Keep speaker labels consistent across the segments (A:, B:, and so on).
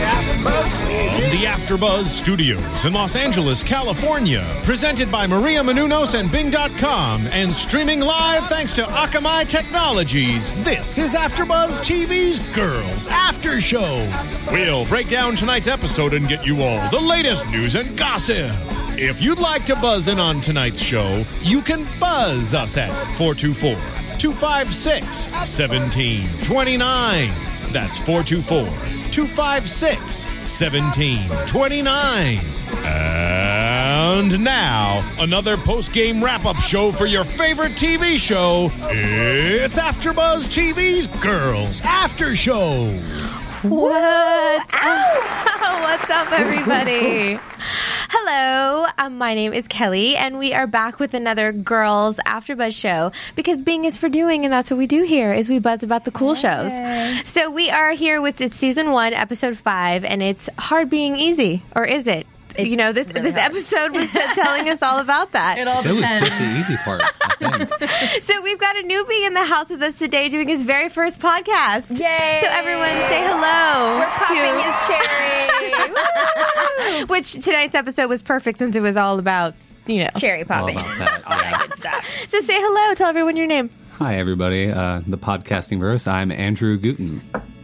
A: From the AfterBuzz Studios in Los Angeles, California, presented by Maria Menounos and Bing.com, and streaming live thanks to Akamai Technologies. This is AfterBuzz TV's Girls After Show. We'll break down tonight's episode and get you all the latest news and gossip. If you'd like to buzz in on tonight's show, you can buzz us at 424 256 1729. That's 424 256 1729. And now, another post game wrap up show for your favorite TV show. It's AfterBuzz TV's Girls After Show.
B: What? Ow! What's up, everybody? Hello, um, my name is Kelly, and we are back with another Girls After Buzz show because Bing is for doing, and that's what we do here is we buzz about the cool shows. So we are here with it's season one, episode five, and it's hard being easy, or is it? you know this this episode was telling us all about that.
C: It all
D: That was
C: depends.
D: just the easy part. I think.
B: So we've got a newbie in the house with us today doing his very first podcast.
C: Yay.
B: So everyone say hello.
C: We're popping his cherry.
B: his Which tonight's episode was perfect since it was all about, you know.
C: cherry
D: All
C: popping.
D: about that.
C: All that
D: yeah.
C: good stuff.
B: So say hello, tell everyone your name.
D: Hi, everybody. Uh, the podcasting verse. I'm Andrew Guten.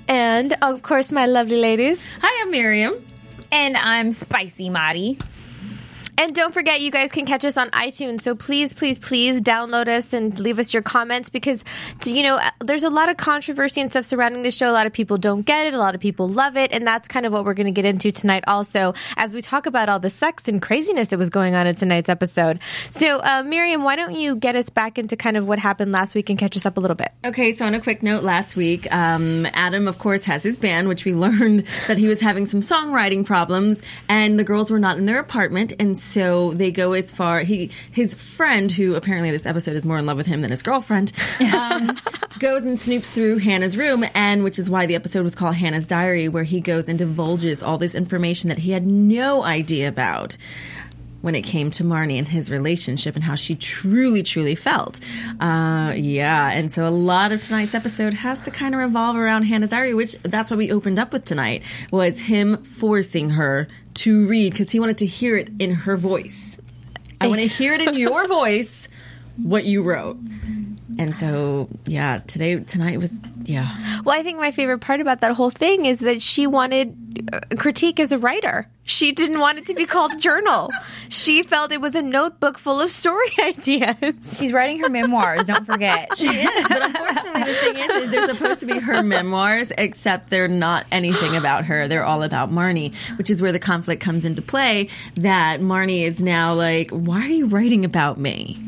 B: And of course my lovely ladies.
C: Hi, I'm Miriam. And I'm Spicy Madi.
B: And don't forget you guys can catch us on iTunes. So please, please, please download us and leave us your comments because you know there's a lot of controversy and stuff surrounding the show. A lot of people don't get it, a lot of people love it, and that's kind of what we're going to get into tonight also as we talk about all the sex and craziness that was going on in tonight's episode. So uh, Miriam, why don't you get us back into kind of what happened last week and catch us up a little bit?
E: Okay, so on a quick note, last week, um, Adam, of course, has his band, which we learned that he was having some songwriting problems, and the girls were not in their apartment, and so they go as far he his friend, who apparently this episode is more in love with him than his girlfriend, um, goes and snoops through Hannah's room, and which is why the episode was called Hannah's Diary, where he goes and divulges all this information that he had no idea about when it came to Marnie and his relationship and how she truly, truly felt. Uh, yeah, and so a lot of tonight's episode has to kind of revolve around Hannah's diary, which that's what we opened up with tonight was him forcing her to read because he wanted to hear it in her voice. I want to hear it in your voice what you wrote. And so, yeah, today, tonight was, yeah.
B: Well, I think my favorite part about that whole thing is that she wanted uh, critique as a writer. She didn't want it to be called journal. She felt it was a notebook full of story ideas.
C: She's writing her memoirs, don't forget.
E: She is, but unfortunately, the thing is, is they're supposed to be her memoirs, except they're not anything about her. They're all about Marnie, which is where the conflict comes into play. That Marnie is now like, why are you writing about me?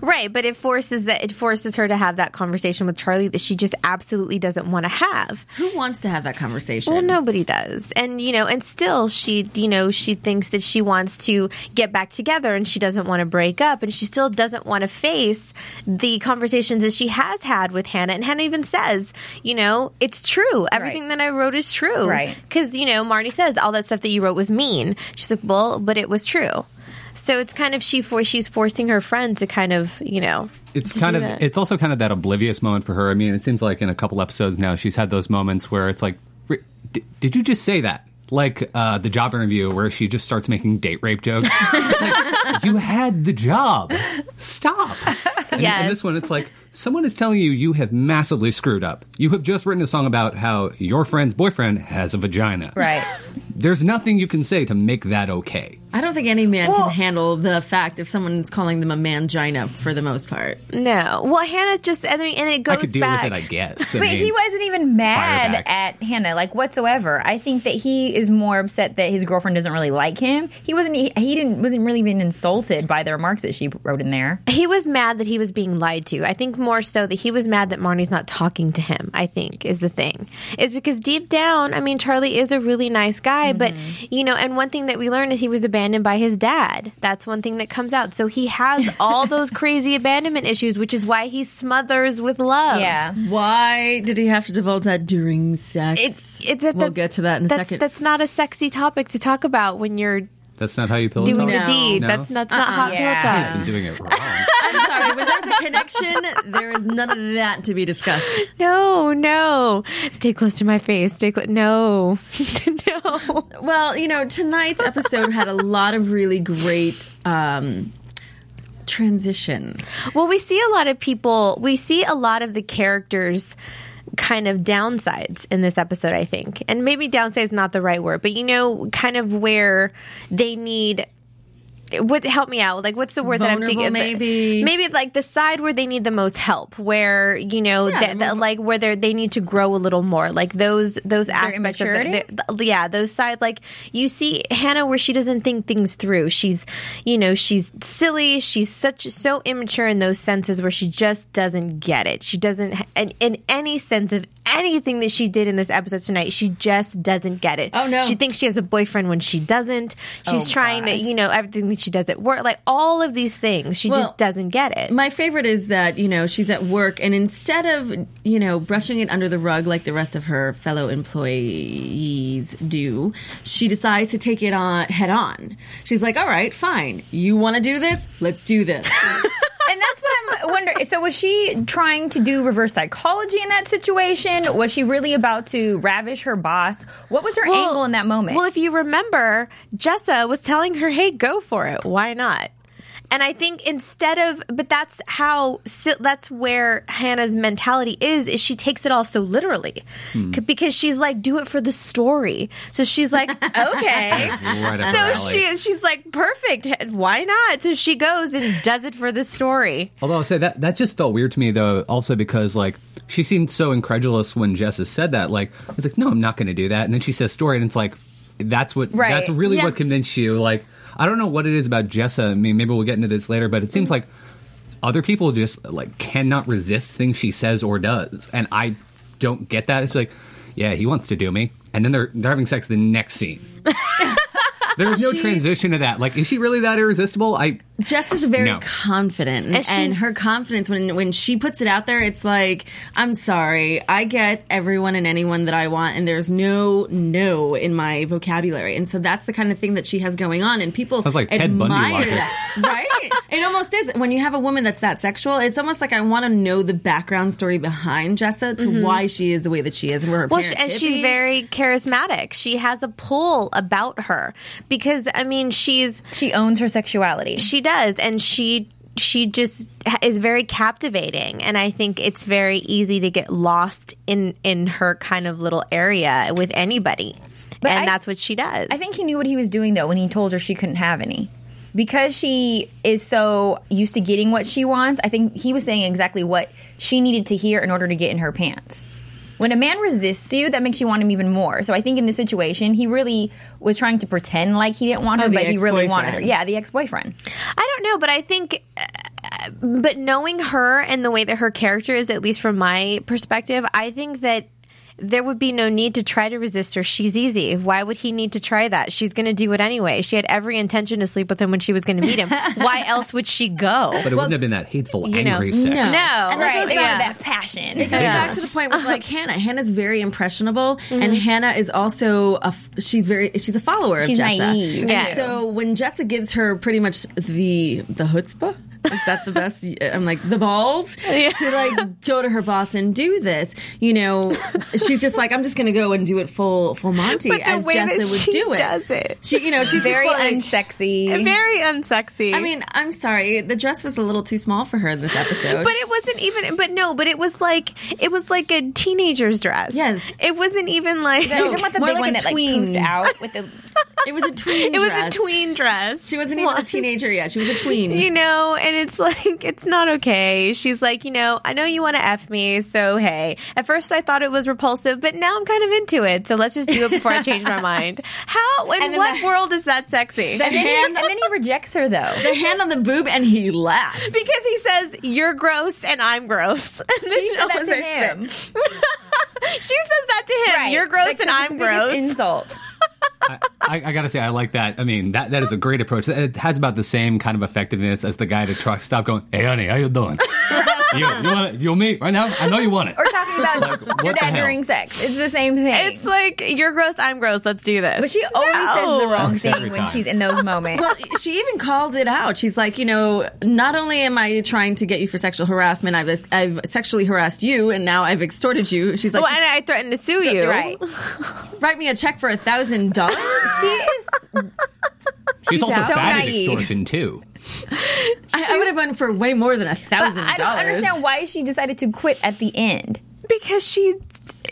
B: Right, but it forces that it forces her to have that conversation with Charlie that she just absolutely doesn't want to have.
E: Who wants to have that conversation?
B: Well, nobody does. And you know, and still she, you know, she thinks that she wants to get back together and she doesn't want to break up and she still doesn't want to face the conversations that she has had with Hannah and Hannah even says, you know, it's true. Everything that I wrote is true.
C: Right.
B: Cuz you know, Marnie says all that stuff that you wrote was mean. She's like, "Well, but it was true." So it's kind of she for she's forcing her friend to kind of, you know,
D: It's
B: to
D: kind
B: do
D: of.
B: that.
D: It's also kind of that oblivious moment for her. I mean, it seems like in a couple episodes now, she's had those moments where it's like, "Re- di- did you just say that? Like uh, the job interview where she just starts making date rape jokes. It's like, you had the job. Stop. And,
B: Yes.
D: and this one, it's like someone is telling you you have massively screwed up. You have just written a song about how your friend's boyfriend has a vagina.
C: Right.
D: There's nothing you can say to make that okay.
E: I don't think any man
C: Well-
E: can handle the fact if someone's calling them a mangina for the most part.
B: no. Well, Hannah just I mean, and it goes
D: I could deal
B: back.
D: with it, I guess. I
C: But
D: mean,
C: he wasn't even mad
D: back.
C: at Hannah, like whatsoever. I think that he is more upset that his girlfriend doesn't really like him. He wasn't. He, he didn't. Wasn't really being insulted by the remarks that she wrote in there.
B: he was mad that he was being lied to. I think more so that he was mad that Marnie's not talking to him, I think, is the thing. Is because deep down, I mean, Charlie is a really nice guy away.
C: Mm-hmm.
B: But, you know, and one thing that we learned is he was abandoned by his dad. That's one thing that comes out. So he has all those crazy abandonment issues, which is why he smothers with love.
C: Yeah.
E: Why did he have to divulge that during sex?
B: It's, it's that-
E: we'll
B: that-
E: get to that in a
B: that's,
E: second.
B: That's not a sexy topic to talk about when you're
D: That's not how you pillow
B: doing
D: talk.
B: the deed.
D: No.
B: That's, that's not hot
C: Uh-uh. Yeah.
B: pill
D: I've
B: talk.
D: been doing it wrong.
E: I'm sorry, when there's a connection, there is none of that to be discussed.
B: No, no. Stay close to my face. Stay close. No, no.
E: Well, you know, tonight's episode had a lot of really great um, transitions.
B: Well, we see a lot of people, we see a lot of the characters kind of downsides in this episode, I think. And maybe downside is not the right word, but you know, kind of where they need what help me out like what's the word that i'm thinking
E: Vulnerable,
B: It's-
E: maybe.
B: maybe like the side where they need the most help where you know that that- like where they they need to grow a little more like those those aspects of the,
C: immaturity?
B: the- yeah those sides like you see hannah where she doesn't think things through she's you know she's silly she's such so immature in those senses where she just doesn't get it she doesn't in, in any sense of anything that she did in this episode tonight she just doesn't get it
E: Oh, no. Oh,
B: she thinks she has a boyfriend when she doesn't she's trying to you know everything that she does at work like all of these things she
E: Well,
B: just doesn't get it
E: My favorite is that, you know, she's at work and instead of, you know, brushing it under the rug like the rest of her fellow employees do, she decides to take it on head on. She's like, all right, fine. You want to do this? Let's do this.
C: and that's what I'm wondering. So, was she trying to do reverse psychology in that situation? Was she really about to ravish her boss? What was her angle in that moment?
B: Well, if you remember, Jessa was telling her, "Hey, go for it. Why not?" And I think instead of, but that's how si- that's where Hannah's mentality is. Is she takes it all so literally C- because she's like, "Do it for the story." So she's like, "Okay."
D: Right up her
B: so
D: alley.
B: she she's like, "Perfect. Why not?" So she goes and does it for the story.
D: Although I'll say that that just felt weird to me though, also because like she seemed so incredulous when Jessa said that. Like I was like, no, I'm not going to do that. And then she says story, and it's like that's what
C: Right.
D: that's really
B: Yeah.
D: what convinced you. Like I don't know what it is about Jessa. I mean, maybe we'll get into this later, but it
B: Mm.
D: seems like other people just like cannot resist things she says or does, and I don't get that. It's like, yeah, he wants to do me, and then they're they're having sex the next scene. There's no transition to that. Like, is she really that irresistible? I
E: Jess is very
D: No.
E: confident, and,
B: she's-
E: her confidence when when she puts it out there, it's like, I'm sorry, I get everyone and anyone that I want, and there's no no in my vocabulary, and so that's the kind of thing that she has going on, and people
D: Sounds like Ted Bundy
E: admire
D: logic.
E: that, right? it almost is when you have a woman that's that sexual. It's almost like I want to know the background story behind Jessa to why she is the way that she is, and where her
B: Mm-hmm. Well, she, and
E: parents hippies.
B: she's very charismatic. She has a pull about her because I mean, she's
C: she owns her sexuality.
B: she does and she she just ha- is very captivating and i think it's very easy to get lost in in her kind of little area with anybody and
C: I-
B: that's what she does
C: I think he knew what he was doing though when he told her she couldn't have any. Because she is so used to getting what she wants, I think he was saying exactly what she needed to hear in order to get in her pants. When a man resists you, that makes you want him even more. So I think in this situation, he really was trying to pretend like he didn't want her,
E: Oh, the
C: but he really wanted her.
E: ex-boyfriend.
C: Yeah, the ex boyfriend.
B: I don't know, but I think. uh, But knowing her and the way that her character is, at least from my perspective, I think that there would be no need to try to resist her. She's easy. Why would he need to try that? She's going to do it anyway. She had every intention to sleep with him when she was going to meet him. Why else would she go?
D: But it wouldn't have been that hateful,
B: know,
D: angry
B: No,
D: sex.
E: And that
C: Right,
E: goes
C: they
E: back-
C: have that passion.
E: It goes back to the point
B: Uh-huh.
E: with like Hannah. Hannah's very impressionable,
B: Mm-hmm.
E: and Hannah is also a f- she's very she's a follower
C: She's
E: of Jessa.
C: naive,
E: And
B: Yeah.
E: So when Jessa gives her pretty much the the chutzpah. Is that the best? I'm like the balls to like go to her boss and do this. You know, she's just like I'm just gonna go and do it full full Monty
B: But the
E: as
B: way
E: Jessa
B: that
E: would
B: she
E: do it.
B: does it.
E: She, you know, she's
C: Very
E: just like,
C: unsexy.
B: Very unsexy.
E: I mean, I'm sorry, the dress was a little too small for her in this episode.
B: But it wasn't even. But no. But it was like it was like a teenager's dress.
E: Yes.
B: It wasn't even like
C: You're talking about the
E: More
C: big
E: like
C: one
E: a
C: that like
E: tween.
C: poofed out with the
E: it was a tween.
B: it was
E: dress.
B: a tween dress.
E: She wasn't even a
B: teenager.
E: teenager yet. She was a tween.
B: you know and it's like it's not okay she's like you know i know you want to f me so hey at first i thought it was repulsive but now i'm kind of into it so let's just do it before i change my mind how in
E: And then
B: what
E: the-
B: world is that sexy
E: the
C: and then,
E: hand,
C: he, and then he rejects her though.
E: the hand on the boob, and he laughs.
B: because he says you're gross and i'm gross and
C: She said that to him.
B: she says that to him you're gross
C: Like,
B: and
C: that's
B: i'm
C: the biggest
B: gross
C: Insult.
D: I, I, I gotta say, I like that. I mean, that that is a great approach. It has about the same kind of effectiveness as the guy at a truck stop going, "Hey, honey, how you doing? you, you want it? You want me right now? I know you want it."
C: Or talking about your
D: what the
C: dad
D: hell?
C: during sex. It's the same thing.
B: It's like you're gross, I'm gross. Let's do this.
C: but she always says the
B: No.
C: wrong
D: Works every
C: thing when
D: time.
C: she's in those moments.
E: Well, she even calls it out. She's like, you know, not only am I trying to get you for sexual harassment, I've I've sexually harassed you, and now I've extorted you. She's like,
B: Well, and I threatened to sue you.
C: right.
E: write me a check for a thousand dollars.
C: She is
D: She's also
C: so
D: bad at
C: naive.
D: extortion too.
E: I would have went for way more than a
C: but
E: thousand dollars.
C: I don't understand why she decided to quit at the end.
B: Because she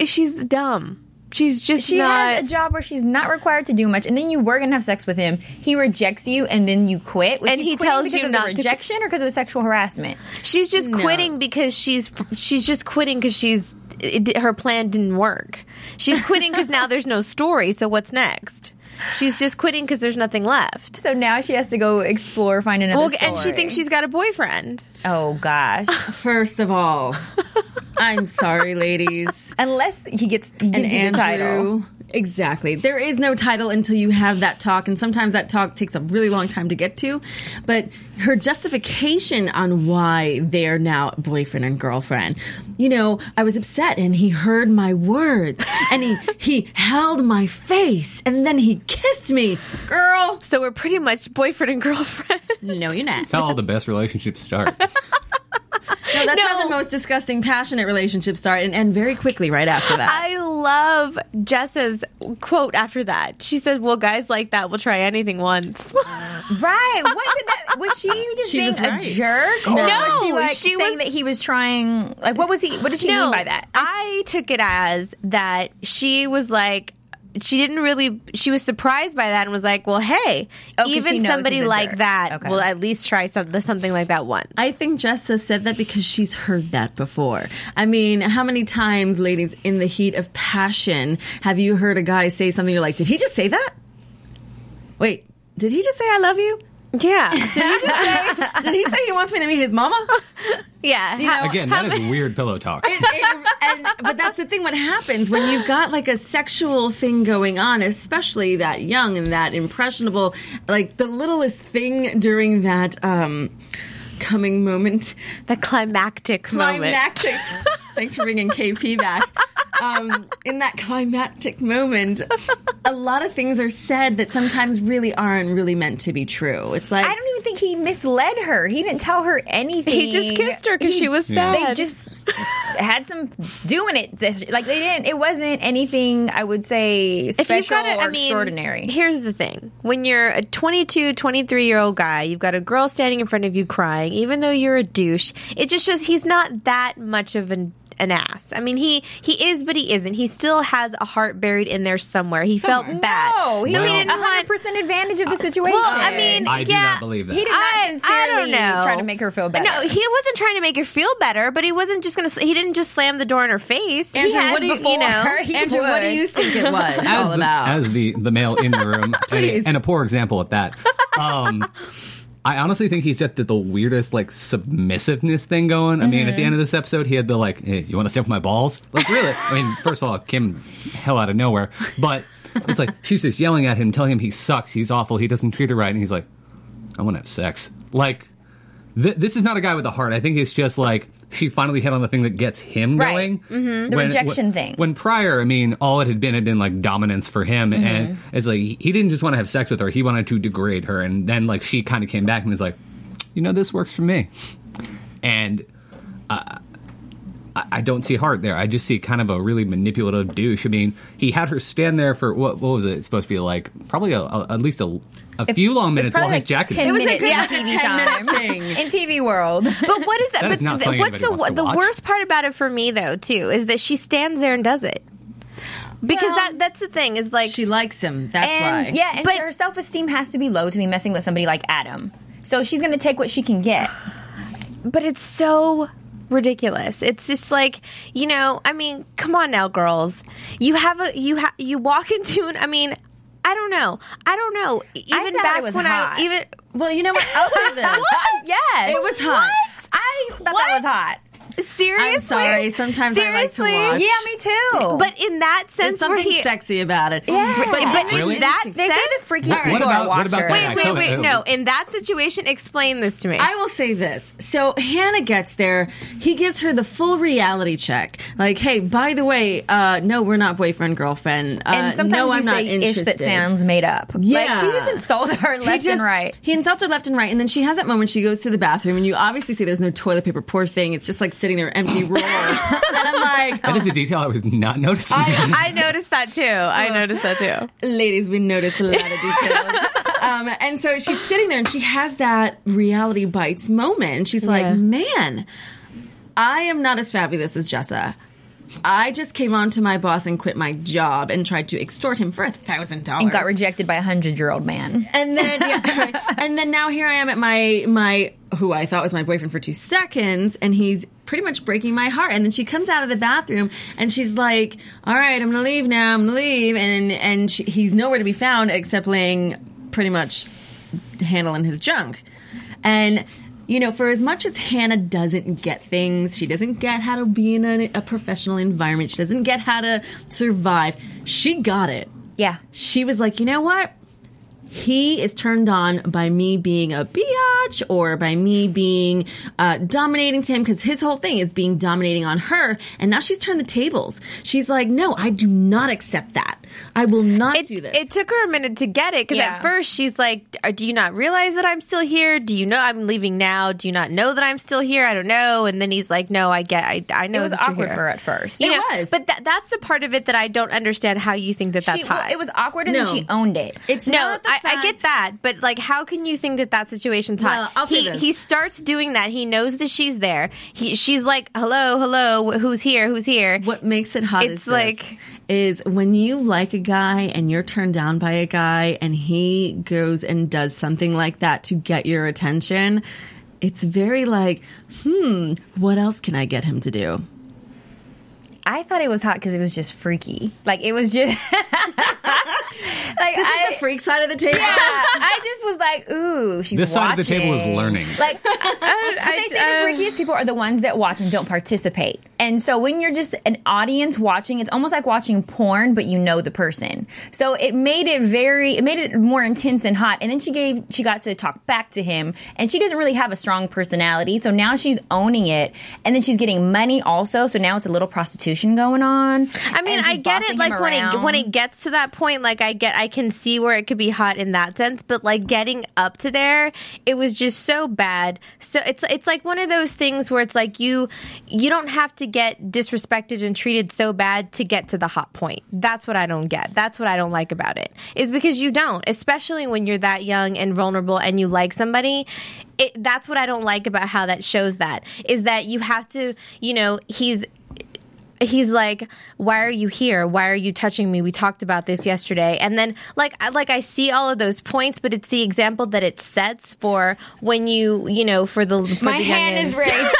B: she's dumb. She's just
C: She
B: not
C: has a job where she's not required to do much, and then you were gonna have sex with him. He rejects you, and then you quit. Was
B: And
C: she
B: he
C: quitting
B: tells
C: because
B: you
C: of
B: not
C: the
B: to-
C: rejection or because of the sexual harassment.
B: She's just
E: No.
B: quitting because she's she's just quitting because she's it, her plan didn't work. She's quitting because now there's no story. So what's next? She's just quitting because there's nothing left.
C: So now she has to go explore, find another.
B: Well, and she
C: story.
B: thinks she's got a boyfriend.
C: Oh gosh!
E: First of all, I'm sorry, ladies.
C: Unless he gets he
E: And
C: gives you the title.
E: Andrew. Exactly. There is no title until you have that talk, and sometimes that talk takes a really long time to get to. But her justification on why they're now boyfriend and girlfriend. You know, I was upset and he heard my words and he he held my face and then he kissed me. Girl,
B: So we're pretty much boyfriend and girlfriend.
E: no you're not.
D: It's how all the best relationships start.
E: No, that's
B: No.
E: how the most disgusting, passionate relationships start and end very quickly right after that.
B: I love Jess's quote after that. She says, "Well, guys like that will try anything once."
C: Right? What did that? Was she just
E: She
C: being
E: was right.
C: a jerk? Or
B: No,
C: was she, like,
B: she
C: saying
B: was-
C: that he was trying. Like, what was he? What did she mean by that?
B: I took it as that she was like, she didn't really, she was surprised by that and was like, well, hey,
C: Oh, 'cause she
B: even
C: knows
B: somebody
C: he's a
B: like
C: jerk.
B: that
C: Okay. Uh,
B: will at least try some, something like that once.
E: I think Jessa said that because she's heard that before. I mean, how many times, ladies, in the heat of passion, have you heard a guy say something you're like, did he just say that? Wait, did he just say I love you?
B: Yeah.
E: Did he just say, did he say he wants me to meet his mama?
B: yeah.
E: You know,
D: Again,
B: how
D: that is weird pillow talk.
E: and, and- but that's the thing. What happens when you've got like a sexual thing going on, especially that young and that impressionable, like the littlest thing during that um, coming moment,
B: the climactic moment.
E: climactic. Thanks for bringing KP back. Um, in that climactic moment, a lot of things are said that sometimes really aren't really meant to be true. It's like
C: I don't even think he misled her. He didn't tell her anything.
B: He just kissed her because
C: He-
B: she was
D: Yeah.
B: sad.
C: They just had some doing it. this- Like they didn't. It wasn't anything. I would say
B: if
C: special
B: you've got a,
C: or
B: I mean,
C: extraordinary.
B: Here's the thing. When you're a 22, 23 year old guy, you've got a girl standing in front of you crying, even though you're a douche, it just shows he's not that much of an an ass. I mean, he he is, but he isn't. He still has a heart buried in there somewhere. He felt bad.
C: No, he
B: So
C: took
B: he didn't want. uh,
C: 100 percent advantage of the situation.
B: Well, I mean,
D: I
B: yeah,
D: do not believe that.
C: he did not
B: I, I don't
C: sincerely
B: know.
C: try to make her feel better.
B: No, he wasn't trying to make her feel better, but he wasn't just gonna. He didn't just slam the door in her face.
E: Andrew,
C: has
E: what do you,
C: before.
E: you know?
C: He
E: Andrew, what do
C: would.
E: you think it was all
D: the,
E: about?
D: as the the male in the room, today, and a poor example at that. Um, I honestly think he's just did the weirdest like submissiveness thing going. I mean, at the end of this episode, he had the like, hey, "You want to stamp my balls?" Like, really? I mean, first of all, Kim, hell out of nowhere, but it's like she's just yelling at him, telling him he sucks, he's awful, he doesn't treat her right, and he's like, "I want to have sex." Like, th- this is not a guy with a heart. I think it's just like she finally hit on the thing that gets him
C: Right.
D: going. Mm-hmm. The
C: rejection thing.
D: When prior, I mean, all it had been had been like dominance for him, and it's like he didn't just want to have sex with her; he wanted to degrade her. And then like she kind of came back and was like, "You know, this works for me," and. Uh, I- I don't see heart there. I just see kind of a really manipulative douche. I mean, he had her stand there for what? What was it? It's supposed to be like probably a, a- at least a, a few long
C: It's
D: minutes while
C: probably
D: his
C: like
D: jacket.
C: 10
D: is-
C: minutes
E: good
C: in TV
E: 10
C: time.
E: minute thing.
C: In TV world.
B: But what is that?
D: That
B: but
D: is not
B: th-
D: something
B: what's
D: anybody
B: the
D: wants to
B: the
D: watch.
B: worst part about it for me though too is that she stands there and does it because
E: Well-
B: that that's the thing is like
E: she likes him. That's
C: and
E: why.
C: yeah, and
B: But-
C: her self esteem has to be low to be messing with somebody like Adam. So she's gonna take what she can get.
B: but it's so ridiculous. It's just like you know. I mean, come on now, girls. You have a you ha- you walk into an. I mean, I don't know. I don't know. Even
C: thought
B: back
C: it was
B: when
C: hot.
B: I even
E: Well, you know what? I'll say this.
C: Uh, Yes.
E: It was hot.
C: I thought
B: What?
C: that was hot.
B: Seriously?
E: I'm sorry. Sometimes I like to
B: Seriously?
E: watch.
C: Yeah, me too.
B: But in that sense,
E: There's something
B: where he,
E: sexy about it.
C: Yeah.
E: But, but
D: Really?
E: in
B: That-
E: that
C: they say the freaky
E: What-
C: people
E: what
D: about-
C: are
D: what
C: watchers.
D: about that?
B: Wait,
D: I
B: wait,
D: totally
B: wait.
D: do.
B: No, in that situation, explain this to me.
E: I will say this. So Hannah gets there. He gives her the full reality check. Like, hey, by the way, uh, no, we're not boyfriend girlfriend. Uh,
C: and sometimes
E: no,
C: you
E: I'm not
C: say ish that
E: interested.
C: sounds made up.
E: Yeah.
C: like, he just insulted her
E: He
C: left
E: just-
C: and right.
E: He insults her left and right, and then she has that moment. She goes to the bathroom, and you obviously see there's no toilet paper. Poor thing. It's just like sitting there, empty roll. and I'm like,
D: That is a detail I was not noticing.
B: I noticed that too. I noticed that too.
E: ladies, we noticed a lot of details. um, and so she's sitting there and she has that reality bites moment. And she's
B: Yeah.
E: like, man, I am not as fabulous as Jessa. I just came on to my boss and quit my job and tried to extort him for a thousand dollars
C: And got rejected by a hundred year old man.
E: and then yeah, right. and then now here I am at my my who I thought was my boyfriend for two seconds, and he's pretty much breaking my heart. And then she comes out of the bathroom and she's like, "All right, I'm gonna leave now. I'm gonna leave." And and she, he's nowhere to be found except laying pretty much handling his junk. And you know, for as much as Hannah doesn't get things, she doesn't get how to be in a, a professional environment. She doesn't get how to survive. She got it
C: Yeah.
E: she was like, you know what? He is turned on by me being a biatch or by me being uh, dominating to him because his whole thing is being dominating on her. And now she's turned the tables. She's like, no, I do not accept that. I will not
B: It,
E: do this.
B: it took her a minute to get it because
C: Yeah.
B: at first she's like, "Are- "Do you not realize that I'm still here? Do you know I'm leaving now? Do you not know that I'm still here? I don't know." And then he's like, "No, I get. I, I know
C: It was
B: that you're
C: awkward
B: here."
C: for her at first.
B: You
E: It
B: know,
E: was.
B: but that, that's the part of it that I don't understand. How you think that that's
C: she, well,
B: hot?
C: it was awkward and
E: No.
C: then she owned it.
E: it's
B: No,
E: not the
B: I, I
E: fact-
B: get that, but like, how can you think that that situation's hot?
E: Well, I'll say
B: he
E: this.
B: he starts doing that. He knows that she's there. He she's like, "Hello, hello, who's here? Who's here?"
E: What makes it hot
B: It's
E: is
B: like-
E: like is when you like a guy and you're turned down by a guy and he goes and does something like that to get your attention. It's very like, hmm, what else can I get him to do?
C: I thought it was hot because it was just freaky. Like it was just like I,
E: the freak side of the table.
C: yeah, I just was like, ooh, she's
D: This side of the table is
C: watching.
D: learning.
C: Like but they say
B: uh,
C: the freakiest people are the ones that watch and don't participate. And so when you're just an audience watching, it's almost like watching porn, but you know the person. So it made it very, it made it more intense and hot. And then she gave, she got to talk back to him, and she doesn't really have a strong personality. So now she's owning it, and then she's getting money also. So now it's a little prostitution going on.
B: I mean,
C: And
B: I
C: she's
B: get
C: bossing
B: it.
C: him
B: Like when it
C: around.
B: when it gets to that point, like I get, I can see where it could be hot in that sense. But like getting up to there, it was just so bad. So it's it's like one of those things where it's like you you don't have to get disrespected and treated so bad to get to the hot point. That's what I don't get. That's what I don't like about it is because you don't, especially when you're that young and vulnerable and you like somebody. It, that's what I don't like about how that shows that is that you have to, you know, he's he's like why are you here why are you touching me we talked about this yesterday and then like I, like i see all of those points but it's the example that it sets for when you you know for the for
C: My
B: the
C: hand
B: youngins.
C: is raised.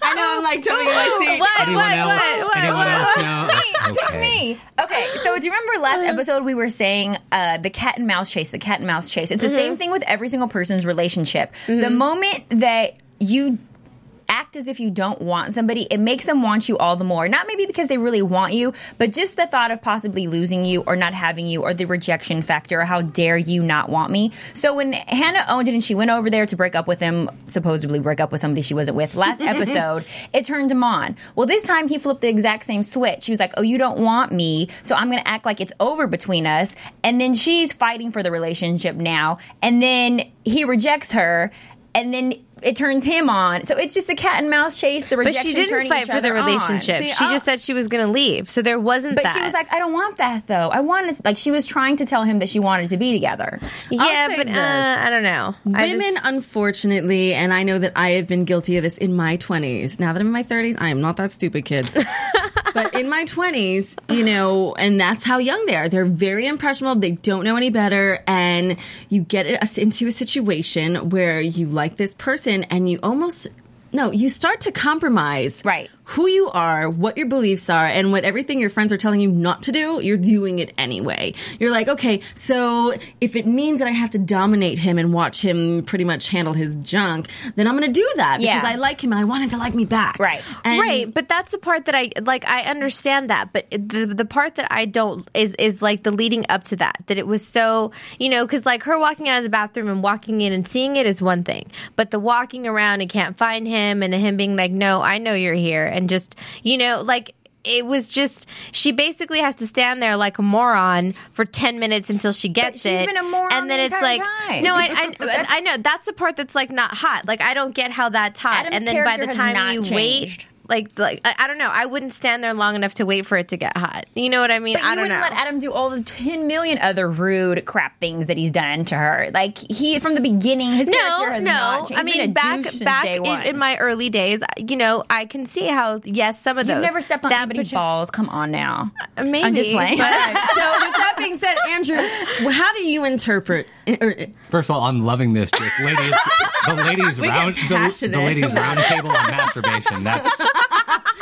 E: I know I'm like totally like see.
B: what,
D: anyone
B: what,
D: else?
B: what, what,
D: anyone
B: what?
D: else now?
C: Pick me. Okay, so do you remember last episode we were saying uh, the cat and mouse chase? The cat and mouse chase. It's the same thing with every single person's relationship. The moment that you act as if you don't want somebody, it makes them want you all the more. Not maybe because they really want you, but just the thought of possibly losing you or not having you or the rejection factor or how dare you not want me. So when Hannah owned it and she went over there to break up with him, supposedly break up with somebody she wasn't with last episode, it turned him on. Well, this time he flipped the exact same switch. He was like, Oh, you don't want me, so I'm going to act like it's over between us. And then she's fighting for the relationship now. And then he rejects her. And then it turns him on. So it's just the cat and mouse chase. The
B: but
C: rejection
B: she didn't
C: turning
B: fight
C: each
B: for the
C: other on.
B: relationship
C: See,
B: she
C: I'll-
B: just said she was gonna leave so there wasn't
C: But
B: that
C: she was like, I don't want that though. I want to like she was trying to tell him that she wanted to be together.
B: yeah
E: say
B: but
E: this.
B: uh, i don't know I just-
E: Women, unfortunately, and I know that I have been guilty of this in my 20s. Now that I'm in my 30s, I am not that stupid, kids. but in my 20s, you know, and that's how young they are. They're very impressionable. They don't know any better. And you get us into a situation where you like this person and you almost, no, you start to compromise.
C: Right.
E: who you are, what your beliefs are, and what everything your friends are telling you not to do, you're doing it anyway. You're like, okay, so if it means that I have to dominate him and watch him pretty much handle his junk, then I'm going to do that
C: Yeah.
E: because I like him and I want him to like me back.
C: Right.
E: And-
B: right, but that's the part that I like. I understand that, but the the part that I don't is is like the leading up to that. That it was so you know because like her walking out of the bathroom and walking in and seeing it is one thing, but the walking around and can't find him and him being like, "No, I know you're here," and just you know like. It was just she basically has to stand there like a moron for ten minutes until she gets
C: she's
B: it,
C: been a moron
B: and then
C: the
B: it's
C: entire
B: like
C: time.
B: no, I, I, I know that's the part that's like not hot. Like I don't get how that's hot.
C: Adam's
B: and then by
C: character
B: the
C: has
B: time
C: not
B: you
C: changed.
B: wait, like like I, I don't know. I wouldn't stand there long enough to wait for it to get hot. You know what I mean?
C: But you
B: I don't
C: wouldn't
B: know.
C: let Adam do all the 10 million other rude crap things that he's done to her. Like, he, from the beginning, his character
B: no,
C: has
B: no.
C: not changed.
B: I
C: He's been
B: mean,
C: a
B: back
C: douche since
B: back
C: day
B: in,
C: one.
B: in my early days, you know, I can see how yes, some of
C: You've
B: those
C: never stepped on
B: that
C: anybody's
B: particular-
C: balls. Come on now.
B: Maybe,
C: I'm just playing.
B: but-
E: so with that being said, Andrew, how do you interpret? Or,
D: First of all, I'm loving this. Just ladies, the ladies
E: get
D: round, the,
E: passionate
D: the ladies
E: about
D: round table on masturbation. That's.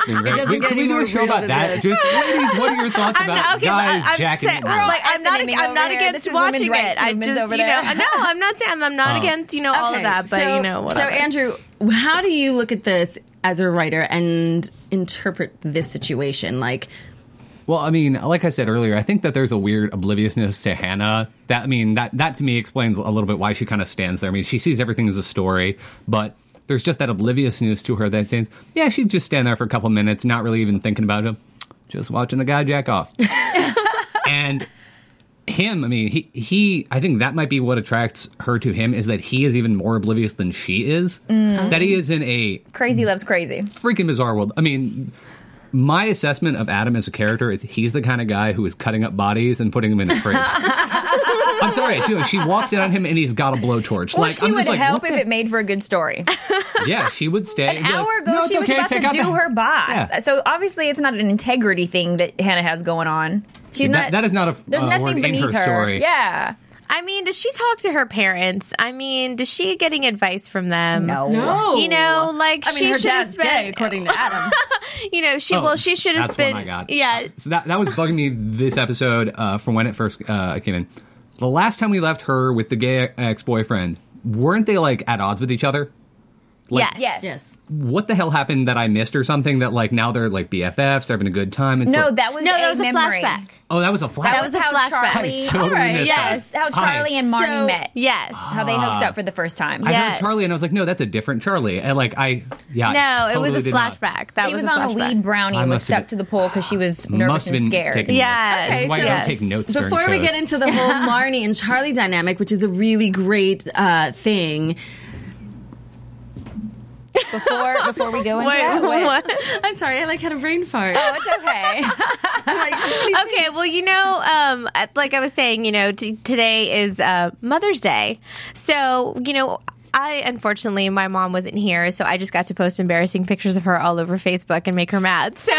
D: It
E: doesn't
D: can
E: get
D: can
E: any
D: we do
E: more
D: a show
E: real
D: about
E: than
D: that?
E: this.
D: Just ladies, what are your thoughts
B: I'm
D: about
B: not, okay,
D: guys
B: but I'm
D: jacking
B: saying,
D: it?
B: well,
C: Like
B: I'm not.
C: ethnicity
B: I'm not
C: over there.
B: against
C: This is women's
B: watching
C: rights
B: it. I
C: movement
B: just,
C: over
B: you know,
C: there.
B: no, I'm not saying I'm
D: Oh.
B: not against you know all of that, but
E: so,
B: you know, whatever.
E: So Andrew, how do you look at this as a writer and interpret this situation? Like,
D: Well, I mean, like I said earlier, I think that there's a weird obliviousness to Hannah. That I mean, that that to me explains a little bit why she kind of stands there. I mean, she sees everything as a story, but there's just that obliviousness to her that says, "Yeah, she'd just stand there for a couple minutes, not really even thinking about him, just watching the guy jack off." and him, I mean, he he. I think that might be what attracts her to him is that he is even more oblivious than she is. That he is in a
C: Crazy loves crazy.
D: freaking bizarre world. I mean, my assessment of Adam as a character is he's the kind of guy who is cutting up bodies and putting them in the fridge. I'm sorry, she, she walks in on him and he's got a blowtorch.
C: Well,
D: like
C: she
D: I'm
C: would
D: just like,
C: help
D: what
C: if
D: the-
C: it made for a good story.
D: yeah, she would stay.
C: An
D: and be like,
C: hour ago,
D: "No, it's
C: she was
D: okay,
C: about
D: take
C: to
D: out
C: do
D: the-"
C: her boss.
D: Yeah.
C: So obviously, it's not an integrity thing that Hannah has going on. She's
D: That-
C: not.
D: that is not a-
C: There's
D: a
C: nothing
D: word in
C: beneath
D: her story.
C: Yeah.
B: I mean, does she talk to her parents? I mean, does she getting advice from them?
C: No.
E: no,
B: You know, like
E: I mean,
B: she
E: her
B: should have
E: dad's
B: been-
E: gay, according to Adam.
B: You know, she
D: Oh,
B: well, she should have
D: that's
B: been.
D: one I got. Uh,
B: Yeah,
D: So that that was bugging me this episode uh, from when it first uh, came in. The last time we left her with the gay ex boyfriend, weren't they like at odds with each other?
B: yes,
C: Yes.
E: yes,
D: What the hell happened that I missed or something? That like now they're like BFFs, they're having a good time. It's
C: No,
D: like-
C: that was
B: No,
C: a
B: that was a
C: memory.
B: flashback.
D: Oh, that was a flash.
B: That was a
C: how
B: flashback.
C: Charlie,
D: I totally
E: Alright,
D: missed
B: yes.
D: that.
C: how
D: Hi.
C: Charlie and Marnie
E: So-
C: met.
B: Yes.
D: Ah,
C: How they hooked up for the first time.
D: I
B: Yeah.
D: heard Charlie and I was like, no, that's a different Charlie. And like I, yeah,
B: No,
D: I
B: it was
D: totally
B: a
D: did not.
B: flashback. That
C: She was,
B: a
C: on a
B: flashback.
C: lead brownie and
D: I
C: was
D: must have
C: stuck to
D: been-
C: the pole because she was nervous
D: Must have
C: and
D: been
C: scared.
D: taking
B: Yes.
D: notes. This is why I
E: Okay, so
D: don't take notes during
E: Before we
D: shows.
E: get into the whole Marnie and Charlie dynamic, which is a really great uh, thing,
C: Before before we go into
B: Wait,
C: that, what?
B: what?
E: I'm sorry, I like had a brain fart.
C: Oh, it's okay.
B: okay, well, you know, um, like I was saying, you know, t- today is uh, Mother's Day. So, you know, I unfortunately, my mom wasn't here, so I just got to post embarrassing pictures of her all over Facebook and make her mad. So,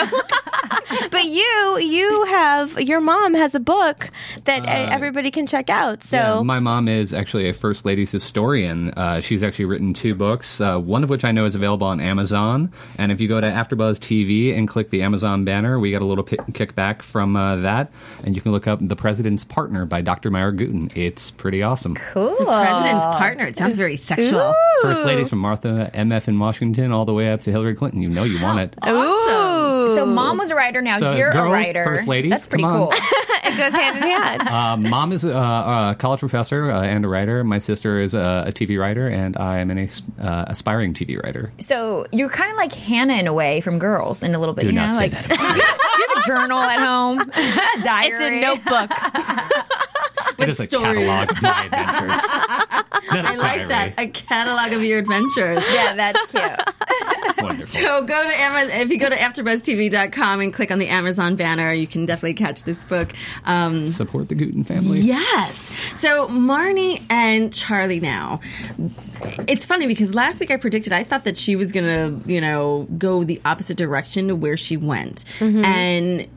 B: but you, you have, your mom has a book that uh, everybody can check out. So,
D: Yeah, Uh, my mom is actually a first lady's historian. Uh, she's actually written two books, uh, one of which I know is available on Amazon. And if you go to AfterBuzz TV and click the Amazon banner, we got a little pi kickback from uh, that, and you can look up "The President's Partner" by Dr. Meyer Guten. It's pretty awesome.
E: President's partner. It sounds very sexual.
D: First ladies from Martha M.F. in Washington all the way up to Hillary Clinton. You know you want it.
B: Ooh.
C: so mom was a writer. Now
D: So
C: you're
D: girls,
C: a writer.
D: first ladies,
C: That's pretty
D: come on.
C: cool.
B: it goes hand in hand.
D: Uh, mom is uh, a college professor uh, and a writer. My sister is a, a TV writer, and I am an as- uh, aspiring TV writer.
C: So you're kind of like Hannah in a way from Girls in a little bit.
D: Do
C: you
D: not
C: know,
D: say
C: like
D: that
C: do you have a journal at home, a diary.
B: It's a notebook.
D: It is a
E: stories.
D: catalog of my adventures. Not a
E: I like that. A catalog of your adventures.
C: Yeah, that's cute.
D: Wonderful.
E: So go to Amazon. If you go to AfterBuzzTV.com and click on the Amazon banner, you can definitely catch this book. Um,
D: Support the Guten family.
E: yes. So Marnie and Charlie now. It's funny because last week I predicted I thought that she was
D: Mm-hmm.
E: going to, you know, go the opposite direction to where she went. And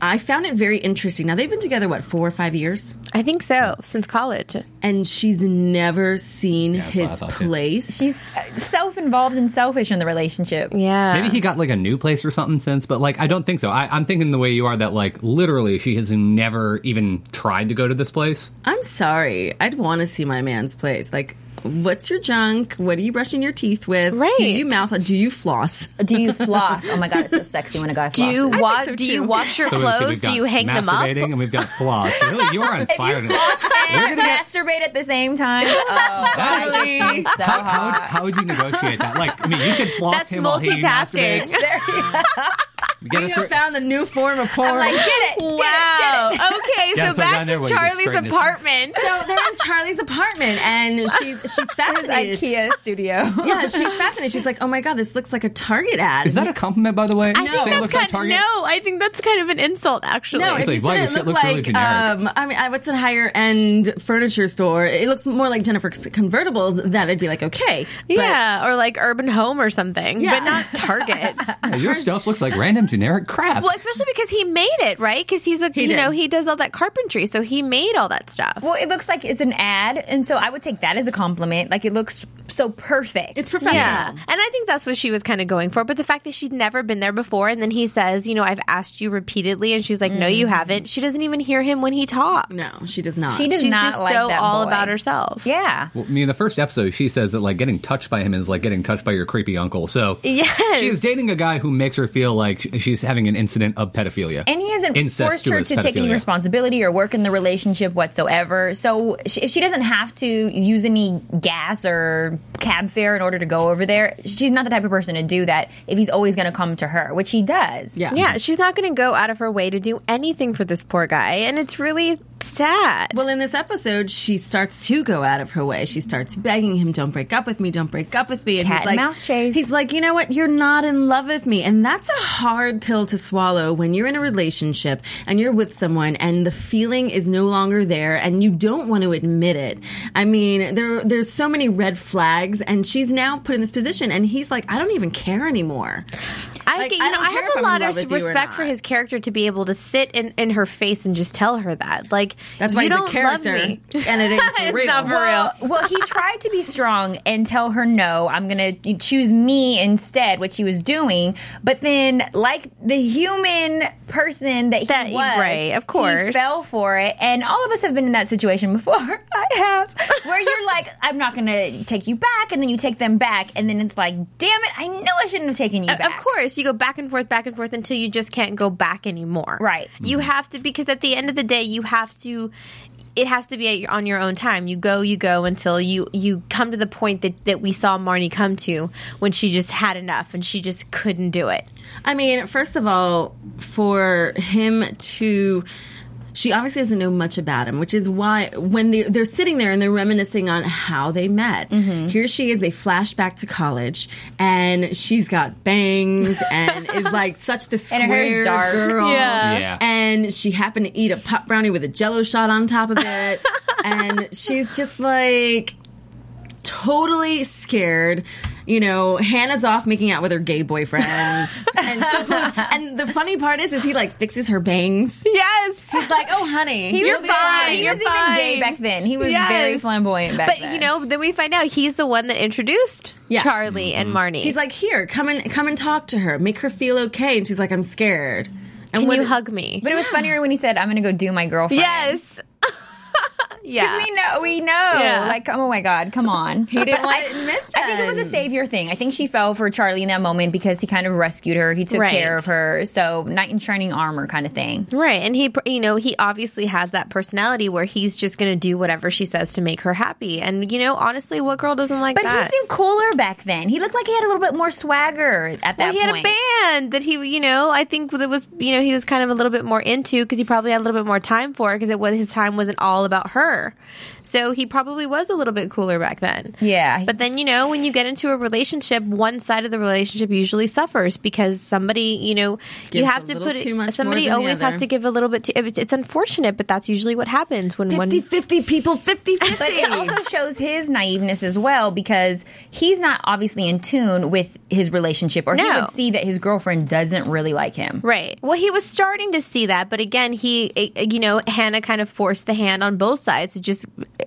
E: I found it very interesting. Now they've been together what four or five years,
B: I think so. Since college,
E: and she's never seen
D: that's what I
E: his
D: thought, too.
E: place.
C: She's self involved uh, and selfish in the relationship.
B: yeah.
D: Maybe he got like a new place or something since, but like I don't think so. I, I'm thinking the way you are that like literally she has never even tried to go to this place.
E: I'm sorry. I'd want to see my man's place. Like, what's your junk? What are you brushing your teeth with?
B: Right.
E: Do you mouth? Do you floss?
C: Do you floss? Oh my god, it's so sexy when a guy flosses.
B: do you wa-
E: so,
B: do you
E: too.
B: wash your
D: So let's see,
B: clothes?
D: we've
B: Do
D: got
B: you hang them up?
D: masturbating and we've got floss. really, you are on fire.
C: you
D: today.
C: floss
D: We're
C: and
D: gonna get-
C: masturbate at the same time? Oh,
D: That
C: really? so
D: how, how would,
C: hot.
D: how would you negotiate that? Like, I mean, you could floss
B: That's
D: him while he
B: multitasking.
D: masturbates.
C: There you go.
D: You gotta
E: You
D: throw-
E: have found a new form of porn.
C: I'm like, get it. Get
B: Wow.
C: It, get it.
B: Okay,
D: Yeah,
B: so
D: so down
B: back
D: there
B: to
D: where you just
B: Charlie's
D: straighten his-
B: apartment.
E: so they're in Charlie's apartment, and she's she's
C: It's
E: fascinated.
C: IKEA studio.
E: yeah, she's fascinated. She's like, oh my god, this looks like a Target ad.
D: Is that a compliment, by the way?
B: I think
D: Say it
B: that's
D: looks
B: kind
D: like Target.
B: no. I think that's kind of an insult, actually.
E: no,
D: It's
E: if
D: like,
E: you
D: wow,
E: said
D: your
E: it
D: shit
E: looked
D: looks really
E: like,
D: generic.
E: um, I mean, I- what's a higher end furniture store? It looks more like Jennifer's convertibles. That I'd be like, okay, but
B: Yeah, or like Urban Home or something,
E: Yeah.
B: but not Target.
D: Yeah, Your stuff looks like random generic crap.
B: well, especially because he made it, right? Because he's a you
E: did.
B: know he does all that carpentry, so he made all that stuff.
C: Well, it looks like it's an ad, and so I would take that as a compliment. Like it looks so perfect.
E: it's professional.
B: Yeah. And I think that's what she was kind of going for. But the fact that she'd never been there before, and then he says, You know, I've asked you repeatedly, and she's like, No, you haven't. She doesn't even hear him when he talks.
E: Mm-hmm. No, she does not.
C: She does
B: She's
C: not
B: just
C: like
B: so
C: that
B: all
C: boy.
B: about herself.
C: Yeah.
D: Well, I mean, the first episode, she says that like getting touched by him is like getting touched by your creepy uncle. So
B: Yes.
D: she's dating a guy who makes her feel like sh- she's having an incident of pedophilia,
C: And he hasn't forced her
D: Incestuous
C: to take any
D: pedophilia.
C: responsibility or work in the relationship whatsoever. So she, if she doesn't have to use any gas or cab fare in order to go over there, she's not the type of person to do that if he's always going to come to her, which he does.
E: Yeah.
B: Yeah, she's not going to go out of her way to do anything for this poor guy. And it's really sad.
E: Well, in this episode, she starts to go out of her way. She starts begging him, "Don't break up with me. Don't break up with me." And
C: Cat
E: he's
C: and
E: like,
C: mouse chase.
E: He's like, you know what? You're not in love with me, and that's a hard pill to swallow when you're in a relationship and you're with someone, and the feeling is no longer there, and you don't want to admit it. I mean, there there's so many red flags, and she's now put in this position, and he's like, I don't even care anymore.
B: I,
E: Like,
B: think- you
E: I
B: know,
E: don't
B: I
E: care
B: have
E: if
B: a
E: I'm in
B: lot
E: love
B: of
E: with you or
B: respect for
E: not.
B: his character to be able to sit in, in her face and just tell her that. Like,
E: That's why
B: you
E: he's
B: don't
E: a character,
B: love me.
E: and it ain't for
B: It's
E: real.
B: not for real.
C: Well, well, he tried to be strong and tell her no. I'm going to choose me instead, which he was doing. But then, like the human person that he
B: That-
C: was,
B: right, of
C: he
B: course.
C: fell for it. And all of us have been in that situation before. I have, where you're like, I'm not going to take you back, and then you take them back, and then it's like, damn it, I know I shouldn't have taken you
B: Uh,
C: back.
B: Of course, you go back and forth, back and forth until you just can't go back anymore.
C: Right.
B: You have to because at the end of the day, you have to. It has to be at your, on your own time. You go, you go until you you come to the point that that we saw Marnie come to when she just had enough and she just couldn't do it.
E: I mean, first of all, for him to. She obviously doesn't know much about him, which is why when they, they're sitting there and they're reminiscing on how they met,
C: Mm-hmm.
E: here she is. They flash back to college, and she's got bangs and is like such the square
C: And her hair's dark.
E: girl.
B: Yeah.
D: Yeah.
E: And she happened to eat a pop brownie with a Jello shot on top of it, and she's just like totally scared. You know, Hannah's off making out with her gay boyfriend, and, so close. and the funny part is, is he like fixes her bangs.
B: Yes.
E: He's like, "Oh, honey,
C: He
B: You're
C: was
B: fine,
C: He
B: you're
C: was even gay
B: fine.
C: back then. He was very
B: Yes.
C: flamboyant back
B: but
C: then.
B: you know, then we find out he's the one that introduced
E: Yeah.
B: Charlie and Marnie.
E: He's like, "Here, come and come and talk to her, make her feel okay." And she's like, "I'm scared." And
B: "Can
E: when
B: you hug me?"
C: But it was funnier when he said, "I'm going to go do my girlfriend."
B: yes. yeah.
C: we know, we know.
B: Yeah.
C: Like, oh my God, come on. He
E: didn't want to admit
C: I think it was a
E: then.
C: savior thing. I think she fell for Charlie in that moment because he kind of rescued her. He took
B: Right.
C: care of her. So knight in shining armor kind of thing.
B: Right. And he, you know, he obviously has that personality where he's just going to do whatever she says to make her happy. And, you know, honestly, what girl doesn't like
C: But
B: that?
C: he seemed cooler back then. He looked like he had a little bit more swagger at that
B: well, he had
C: point.
B: a band that he, you know, I think that was, you know, he was kind of a little bit more into because he probably had a little bit more time for it because it was his time wasn't all about her. her. So he probably was a little bit cooler back then.
C: Yeah.
B: But then, you know, when you get into a relationship, one side of the relationship usually suffers because somebody, you know, you
E: Gives
B: have
E: a
B: to
E: little
B: put it,
E: too much more
B: somebody
E: than the
B: always has
E: other.
B: to give a little bit to it's, it's unfortunate, but that's usually what happens when one
E: 50 50 people, 50 50.
C: But it also shows his naiveness as well because he's not obviously in tune with his relationship, or he
B: No.
C: would see that his girlfriend doesn't really like him.
B: Right. Well, he was starting to see that, but again, he, eh, you know, Hannah kind of forced the hand on both sides to just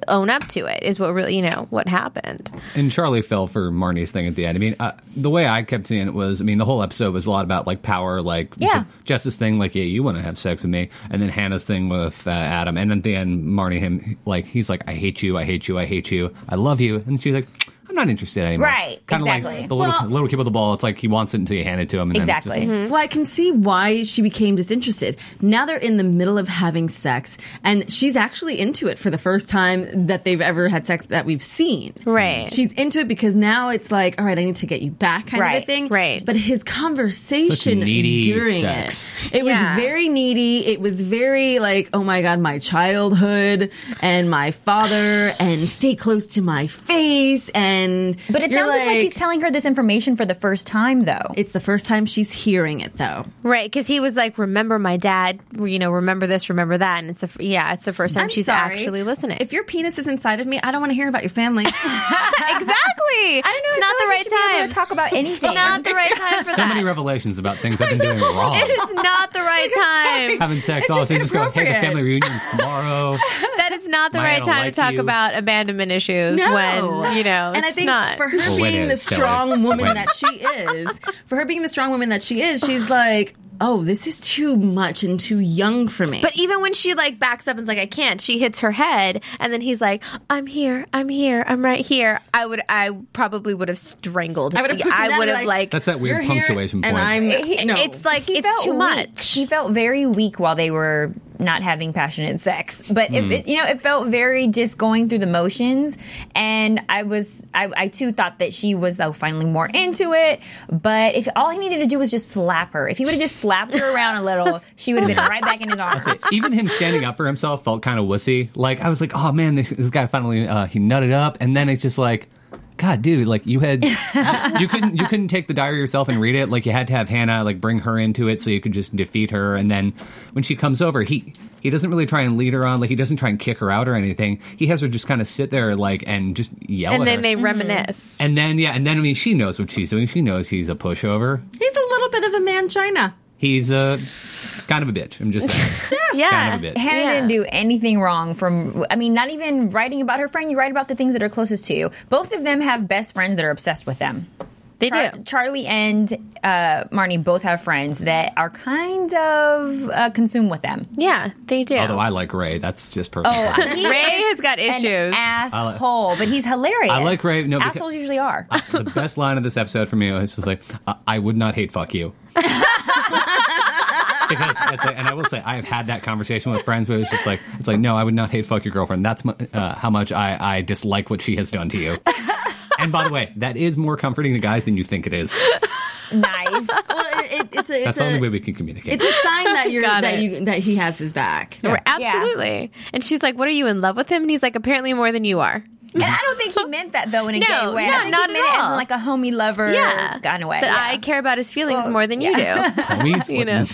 B: own up to it. Is what really, you know, what happened.
D: And Charlie fell for Marnie's thing at the end. I mean, uh, the way I kept seeing it was, I mean, the whole episode was a lot about like power, like
C: Yeah.
D: Ju- Jess's thing, like yeah, you want to have sex with me, and then Hannah's thing with uh, Adam, and at the end, Marnie him like he's like, I hate you, I hate you, I hate you, I love you, and she's like. I'm not interested anymore.
C: Right,
D: Kind of
C: exactly.
D: like the little,
E: Well-
D: little kid with the ball. It's like he wants it until you hand it to him. And
C: Exactly.
D: Then
B: Mm-hmm.
D: it's just,
E: Well, I can see why she became disinterested. Now they're in the middle of having sex, and she's actually into it for the first time that they've ever had sex that we've seen.
B: Right.
E: She's into it because now it's like, all right, I need to get you back kind of
C: Right.
E: a thing.
B: Right.
E: But his conversation
D: Such needy
E: during
D: sex.
E: it, it was
B: Yeah.
E: very needy. It was very like, oh my God, my childhood and my father and stay close to my face. And
C: But it
E: you're
C: sounds like, he's telling her this information for the first time, though.
E: it's the first time she's hearing it though.
B: Right. Because he was like, "Remember my dad? You know, remember this, remember that." And it's the fir- yeah, it's the first time
E: I'm
B: she's
E: sorry.
B: actually listening.
E: If your penis is inside of me, I don't want to hear about your family.
B: exactly. I
C: I don't know.
B: It's
C: I
B: not
C: feel
B: the
C: like we
B: right
C: should be able to
B: time.
C: talk about anything.
B: It's not the right time for
D: so many
B: that.
D: revelations about things I've been doing wrong.
B: it is not the right time.
D: Having sex,
E: It's
D: all of a sudden, just
E: just
D: going, hey, the
E: inappropriate.
D: family reunions tomorrow.
B: That is not the
D: Maya, I
B: right
D: don't
B: time
D: like
B: to talk
D: you.
B: about abandonment issues when you know.
E: and I
B: it's
E: think
B: not.
E: for her
D: Well, it
E: being the
D: is, Kelly.
E: strong
D: When?
E: woman that she is, for her being the strong woman that she is, she's like, oh, this is too much and too young for me.
B: But even when she like backs up and's like, I can't, she hits her head, and then he's like, I'm here, I'm here, I'm right here. I would, I probably would have strangled.
E: I would have pushed him down
B: would
E: and
B: have like.
E: like-
D: That's that weird
E: You're here
D: punctuation
E: and
D: point.
E: I'm-
C: He-
E: No.
B: It's like
C: He
B: it's
C: felt
B: too
C: weak.
B: much.
C: He felt very weak while they were not having passionate sex, but it, it- you know, it felt very just going through the motions. And I was, I, I too thought that she was though finally more into it. But if all he needed to do was just slap her, if he would have just slapped her around a little, she would have been right back in his arms.
D: even him standing up for himself felt kind of wussy. Like I was like, oh man, this, this guy finally uh, he nutted up, and then it's just like, God, dude, like you had you couldn't you couldn't take the diary yourself and read it. Like you had to have Hannah like bring her into it so you could just defeat her. And then when she comes over, he he doesn't really try and lead her on. Like he doesn't try and kick her out or anything. He has her just kind of sit there like and just yell.
B: and
D: at
B: then
D: her.
B: they
C: Mm-hmm.
B: reminisce.
D: And then yeah, and then I mean, she knows what she's doing. She knows he's a pushover.
E: he's a little bit of a man China.
D: He's a kind of a bitch. I'm just saying.
B: Yeah,
D: Kind of a bitch.
C: Hannah
B: Yeah.
C: didn't do anything wrong from, I mean, not even writing about her friend. You write about the things that are closest to you. Both of them have best friends that are obsessed with them.
B: they
C: Char-
B: do.
C: Charlie and uh, Marnie both have friends that are kind of uh, consumed with them.
B: Yeah, they do.
D: Although I like Ray, that's just
B: Oh,
D: personal.
C: He
B: Ray
C: is
B: has got
C: an
B: issues.
C: asshole, but he's hilarious.
D: I like Ray- no, because-
C: assholes usually are.
D: the best line of this episode for me was just like, I, I would not hate fuck you. because it's like, and I will say, I've had that conversation with friends where it's just like, it's like, no, I would not hate fuck your girlfriend. That's my, uh, how much I, I dislike what she has done to you. and by the way, that is more comforting to guys than you think it is.
C: nice.
E: Well, it, it, it's a,
D: That's
E: it's
D: the only
E: a,
D: way we can communicate.
E: it's a sign that you're
B: Got
E: that
B: it.
E: you that he has his back.
B: Right, Absolutely. And she's like, "What are you in love with him?" And he's like, "Apparently more than you are."
C: And I don't think he meant that though in a
B: No,
C: gay way. I
B: no,
C: think
B: not
C: he
B: at
C: meant it as
B: all.
C: in, like a homie lover
B: Yeah,
C: kind of way.
B: that
C: yeah.
B: I care about his feelings
C: Well,
B: more than you do.
D: Homies,
B: you
D: what-
B: know.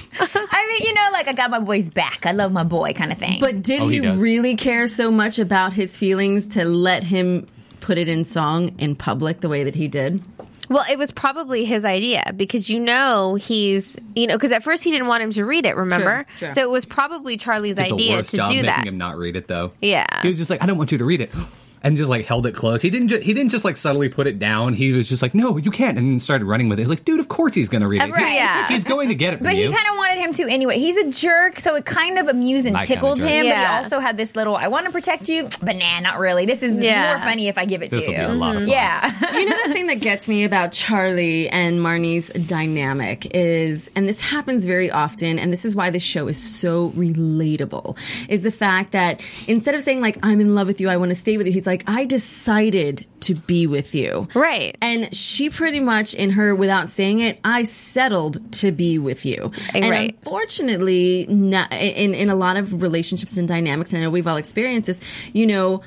C: I mean, you know, like I got my boy's back. I love my boy kind of thing.
E: But did
D: Oh, he
E: he,
D: does.
E: really care so much about his feelings to let him put it in song in public the way that he did?
B: Well, it was probably his idea because you know he's you know because at first he didn't want him to read it. Remember,
E: True, true.
B: so it was probably Charlie's
D: did the
B: idea
D: worst
B: to
D: job
B: do
D: making
B: that.
D: him not read it though.
B: Yeah.
D: he was just like, I don't want you to read it, and just like held it close. He didn't. Ju- he didn't just like subtly put it down. He was just like, No, you can't, and then started running with it. He's like, Dude, of course he's gonna read it.
C: Right.
B: Yeah.
D: he's going to get it from
C: But he
D: you.
C: kind of wanted him to anyway. He's a jerk, so it kind of amused and
D: My kinda
C: tickled
D: jerk.
C: him.
B: Yeah.
C: But he also had this little, I want to protect you, but nah, not really. This is
B: Yeah.
C: more funny if I give it
D: This
C: to
D: will
C: you.
D: be a lot of fun.
C: Yeah.
E: you know the thing that gets me about Charlie and Marnie's dynamic is, and this happens very often, and this is why this show is so relatable, is the fact that instead of saying like I'm in love with you, I want to stay with you, he's like I decided to be with you,
B: Right.
E: And she pretty much in her without saying it, I settled to be with you, And I'm
B: Eh, Right.
E: unfortunately, not, in in a lot of relationships and dynamics, and I know we've all experienced this. You know,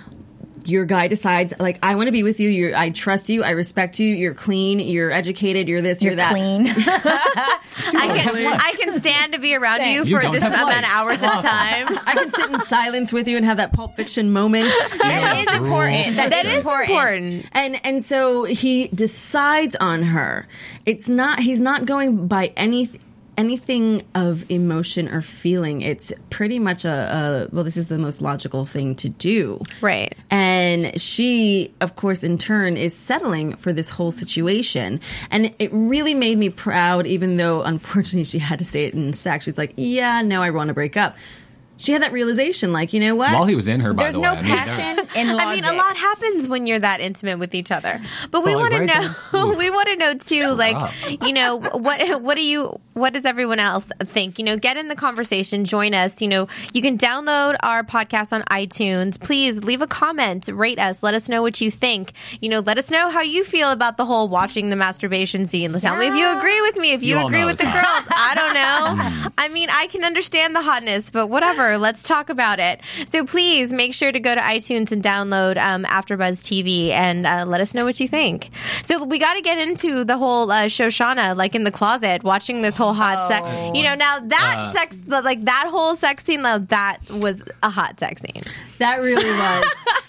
E: your guy decides like I want to be with you. You're, I trust you. I respect you. You're clean. You're educated. You're this. You're,
C: You're
E: that.
C: clean.
B: I can, I can stand to be around you
C: Thanks.
D: You
B: for
D: don't
B: this
D: have
B: amount
D: legs.
B: of hours at a time.
E: I can sit in silence with you and have that Pulp Fiction moment.
C: that is important.
B: That is important.
E: And and so he decides on her. It's not he's not going by any anything of emotion or feeling. It's pretty much a, a well, this is the most logical thing to do.
B: Right.
E: And she, of course, in turn is settling for this whole situation. And it really made me proud, even though unfortunately she had to say it in sex. She's like, Yeah, no, I want to break up. She had that realization, like, you know what?
D: While he was in her, by
C: There's
D: the
C: no
D: way. I mean, there-
C: passion in logic.
B: I mean, a lot happens when you're that intimate with each other. But we
D: Well,
B: want to
D: right,
B: know.
D: then.
B: we want to know too. Like,
D: up.
B: you know, what what do you? What does everyone else think? You know, get in the conversation. Join us. You know, you can download our podcast on iTunes. Please leave a comment, rate us, let us know what you think. You know, let us know how you feel about the whole watching the masturbation scene. Tell me if you agree with me. If you,
D: You all
B: agree
D: know
B: with the
D: it's
B: girls,
D: not.
B: I don't
C: Mm.
B: know. I mean, I can understand the hotness, but whatever. Let's talk about it. So please make sure to go to iTunes and download um, AfterBuzz TV and uh, let us know what you think. So we got to get into the whole uh, Shoshana, like in the closet, watching this whole hot
C: Oh.
B: sex. You know, now that
C: Uh.
B: sex, like that whole sex scene, now that was a hot sex scene.
E: That really was.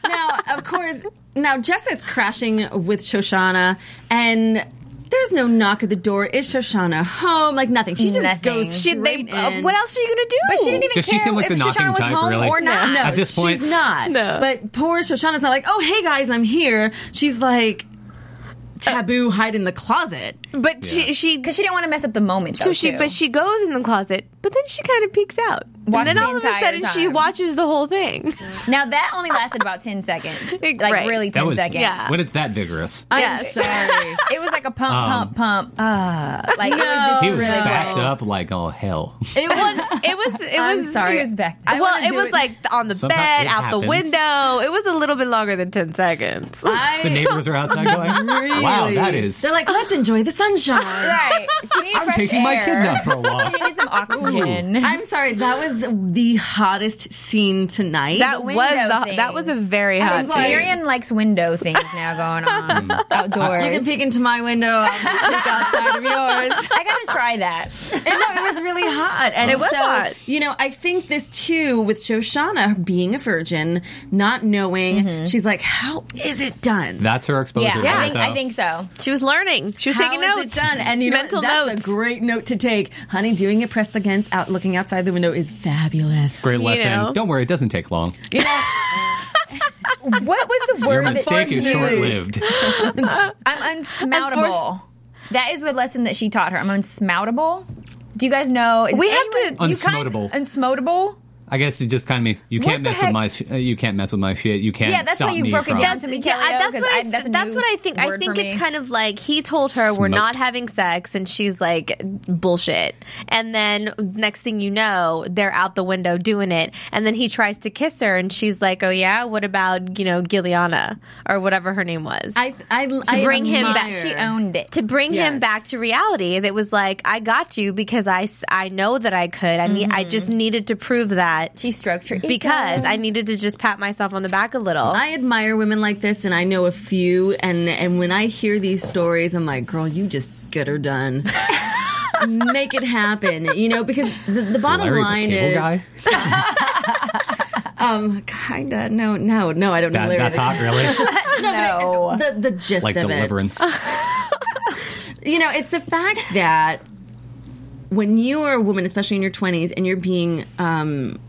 E: now, of course, now Jessica's crashing with Shoshana and there's no knock at the door. Is Shoshana home? Like nothing. She just
C: Nothing.
E: goes
B: She,
E: straight
B: they, uh,
E: in.
B: what else are you going to do?
C: But she didn't even
D: Does
C: care
D: she seem like
C: if
D: the knocking
C: Shoshana was
D: type,
C: home
D: really?
C: or not.
E: No,
D: At this point-
E: she's not.
B: No.
E: But poor Shoshana's not like, oh, hey guys, I'm here. She's like, taboo, hide in the closet.
B: But she, she
C: Because she didn't want to mess up the moment.
B: So
C: though,
B: she,
C: too.
B: but she goes in the closet, but then she kind of peeks out,
C: Watch
B: and then
C: the
B: all of a
C: entire
B: sudden she
C: time.
B: watches the whole thing.
C: now that only lasted about ten seconds. Like
B: Right.
C: really
D: That
C: ten
D: was
C: seconds.
B: Yeah.
D: when it's that vigorous.
E: I'm
B: Yes.
E: sorry.
C: It was like a pump, pump, pump. Ah, like it was just
D: Um, He was
C: really
D: backed up like all hell.
B: It was, it was, it
C: I'm
B: was.
C: sorry.
B: it was
C: back.
E: I
B: well,
E: wanna
B: it
E: do
B: was
E: it-
B: like on the
D: Sometimes
B: bed,
D: it
B: out the
D: happens.
B: window. It was a little bit longer than ten seconds.
D: The
E: I
D: neighbors are outside going,
E: really.
D: "Wow, that is."
E: They're like, let's enjoy the sunshine.
C: Right. She needed
D: "I'm
C: fresh
D: taking my
C: air.
D: kids out for a
C: She
D: walk."
C: needed some oxygen.
E: I'm sorry. That was the, the hottest scene tonight.
B: that was
C: window
B: the,
C: thing.
B: that was a very
E: I
B: hot.
E: was like-
B: scene.
C: Marion likes window things now going
D: Hmm.
C: on outdoors.
E: you can peek into my window. I'll peek outside of yours.
C: I gotta try that.
E: and no, it was really hot. And
B: It was
E: so,
B: hot.
E: You know, I think this too with Shoshana being a virgin, not knowing, she's like, how is it done?
D: That's her exposure.
C: Yeah,
D: to
C: I,
D: it,
C: think,
D: though.
C: I think so.
B: she was learning. She was
E: How
B: taking
E: is
B: notes.
E: it done? And you know,
B: mental
E: that's
B: notes.
E: a great note to take, honey. Doing it pressed against, out looking outside the window is fabulous.
D: Great lesson.
B: know.
D: Don't worry, it doesn't take long.
E: You know,
C: What was the
D: Your
C: word that
D: mistake
C: she
D: is
C: used?
D: short lived.
C: I'm unsmoutable. that is the lesson that she taught her. I'm unsmoutable. Do you guys know? is
B: We have to-
C: you kind-
D: Unsmotable.
C: unsmotable.
D: I guess it just kind of means you can't
C: the
D: mess
C: heck?
D: with my sh- uh, you can't mess with my shit. You can't.
C: Yeah, that's
D: stop
C: why you
D: me
C: broke it
D: from-
C: down to me.
B: Yeah,
C: Kelly,
B: I-
C: though,
B: that's
C: 'cause
B: what I,
C: I- that's a
B: that's
C: new
B: what I think. I
C: word
B: think
C: for
B: it's
C: me.
B: kind of like he told her we're
D: Smoked.
B: not having sex, and she's like bullshit. And then next thing you know, they're out the window doing it. And then he tries to kiss her, and she's like, "Oh yeah, what about you know Giliana or whatever her name was?"
E: I, I, to
B: bring him back.
C: She owned it.
B: to bring him
E: Yes.
B: back to reality that was like i got you because i, s- I know that i could i need i just needed to prove that
C: Mm-hmm. she stroked her ego.
B: because i needed to just pat myself on the back a little
E: I admire women like this, and I know a few. And and when I hear these stories, I'm like, girl, you just get her done. Make it happen, you know, because the, the bottom
D: Larry the
E: line
D: Cable
E: is
D: Guy.
E: um, kinda no, no, no, I don't know
D: That,
E: Larry.
D: that's
E: the-
D: hot, really.
C: no.
E: The the gist
D: like
E: of
D: deliverance.
E: it, you know, it's the fact that when you are a woman, especially in your 20s, and you're being um,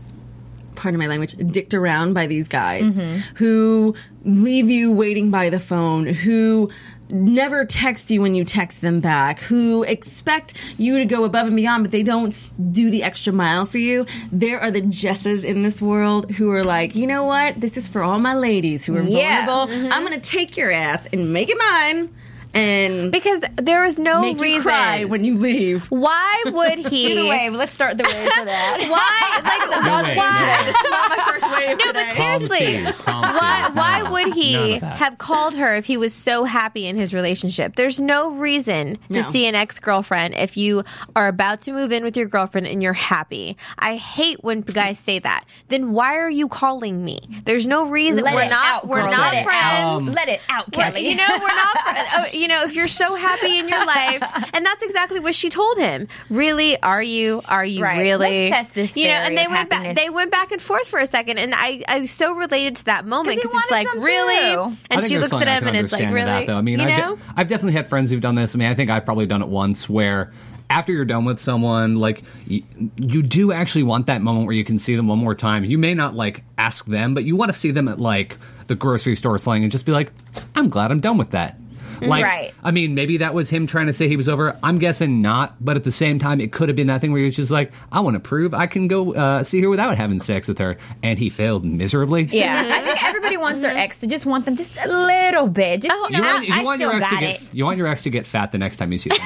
E: pardon my language, dicked around by these guys who leave you waiting by the phone, who never text you when you text them back, who expect you to go above and beyond, but they don't s- do the extra mile for you. There are the Jesses in this world who are like, you know what? This is for all my ladies who are
C: Yeah.
E: vulnerable. I'm going to take your ass and make it mine. and
B: because there was no
E: make
B: reason.
E: you cry when you leave.
B: why would he?
C: Either way, let's start the way for that.
B: Why? Like,
D: No way,
B: why?
D: no way.
E: Not my first wave.
B: No, but seriously,
D: Calm seas, calm
B: why,
D: seas.
B: why
D: No,
B: would
D: none
B: he
D: of that.
B: have called her if he was so happy in his relationship? There's no reason to
E: No.
B: see an ex girlfriend if you are about to move in with your girlfriend and you're happy. I hate when guys say that. Then why are you calling me? There's no reason.
C: Let
B: we're
C: it
B: not.
C: out,
B: we're
C: girl.
B: not
C: Let it
B: friends.
C: out. Let it out,
B: Well,
C: Kelly.
B: You know, we're not. Fr- oh, you know, if you're so happy in your life, and that's exactly what she told him. Really, are you? Are you
C: Right.
B: really?
C: Let's test this
B: You know,
C: theory
B: and they
C: of
B: went back.
C: happiness.
B: They went back and forth for a second, and I, I so related to that moment
C: 'Cause he
B: because it's
C: wanted
B: like
C: some
B: really,
C: too.
D: I
B: and
D: think
B: she
D: there's
B: looks at
D: something I
B: him,
D: can
B: and it's like
D: understand
B: really.
D: to that, though. I mean,
B: you
D: I've, de-
B: know.
D: I've definitely had friends who've done this. I mean, I think I've probably done it once where after you're done with someone, like y- you do actually want that moment where you can see them one more time. You may not like ask them, but you want to see them at like the grocery store or something and just be like, "I'm glad I'm done with that." Like,
C: Right.
D: I mean, maybe that was him trying to say he was over. I'm guessing not, but at the same time, it could have been that thing where he was just like, "I want to prove I can go uh, see her without having sex with her," and he failed miserably.
C: Yeah, I think everybody wants their ex to just want them just a little bit. Just you
D: You
C: know,
D: want, you
C: I, I
D: want your
C: still
D: ex to
C: got
D: get
C: it.
D: you want your ex to get fat the next time you see them.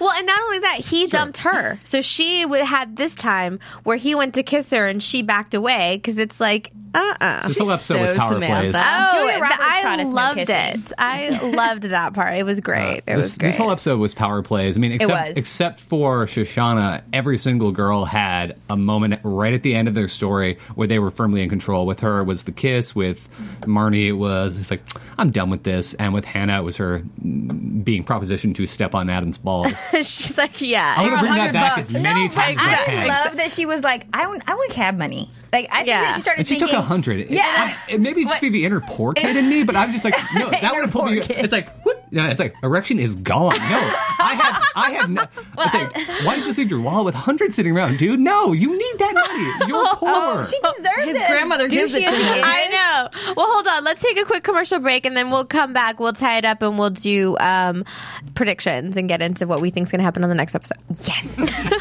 B: Well, and not only that, he dumped her. So she would had this time where he went to kiss her, and she backed away because it's like, uh, uh
D: this whole episode was
E: so
D: power
E: Samantha.
D: plays.
B: Oh,
C: Julia
B: th-
C: Roberts
B: I
C: taught us no
B: loved
C: kissing.
B: it. I loved that part. It was great. it
D: this,
B: was great.
D: this whole episode was power plays. I mean, except
C: was.
D: except for Shoshana, every single girl had a moment right at the end of their story where they were firmly in control. With her it was the kiss. With Marnie, it was it's like I'm done with this. And with Hannah, it was her mm, being propositioned to step on Adam's balls.
B: She's like, yeah.
D: I'm gonna bring that
E: 100
D: back
E: bucks.
D: as many times as I
C: I
D: can.
C: love that she was like, I want, I want cab money. Like I think
B: Yeah.
C: that she started
D: And she
C: thinking,
D: took a hundred.
C: Yeah.
D: Yeah, it, maybe just be the inner poor kid in me, but I'm just like, no, that
C: Inner
D: would have pulled
C: poor
D: me.
C: kid.
D: It's like, whoop. No, it's like erection is gone. No, I have, I have. No, it's like, why did you leave your wallet with hundred sitting around, dude? No, you need that money. You're
B: Oh,
D: poor.
C: She deserves
E: His
C: it.
E: grandmother gives it
C: Douchey
E: to
C: as he
E: him.
C: is.
B: I know. Well, hold on. Let's take a quick commercial break and then we'll come back. We'll tie it up and we'll do um, predictions and get into what we think's going to happen on the next episode.
C: Yes.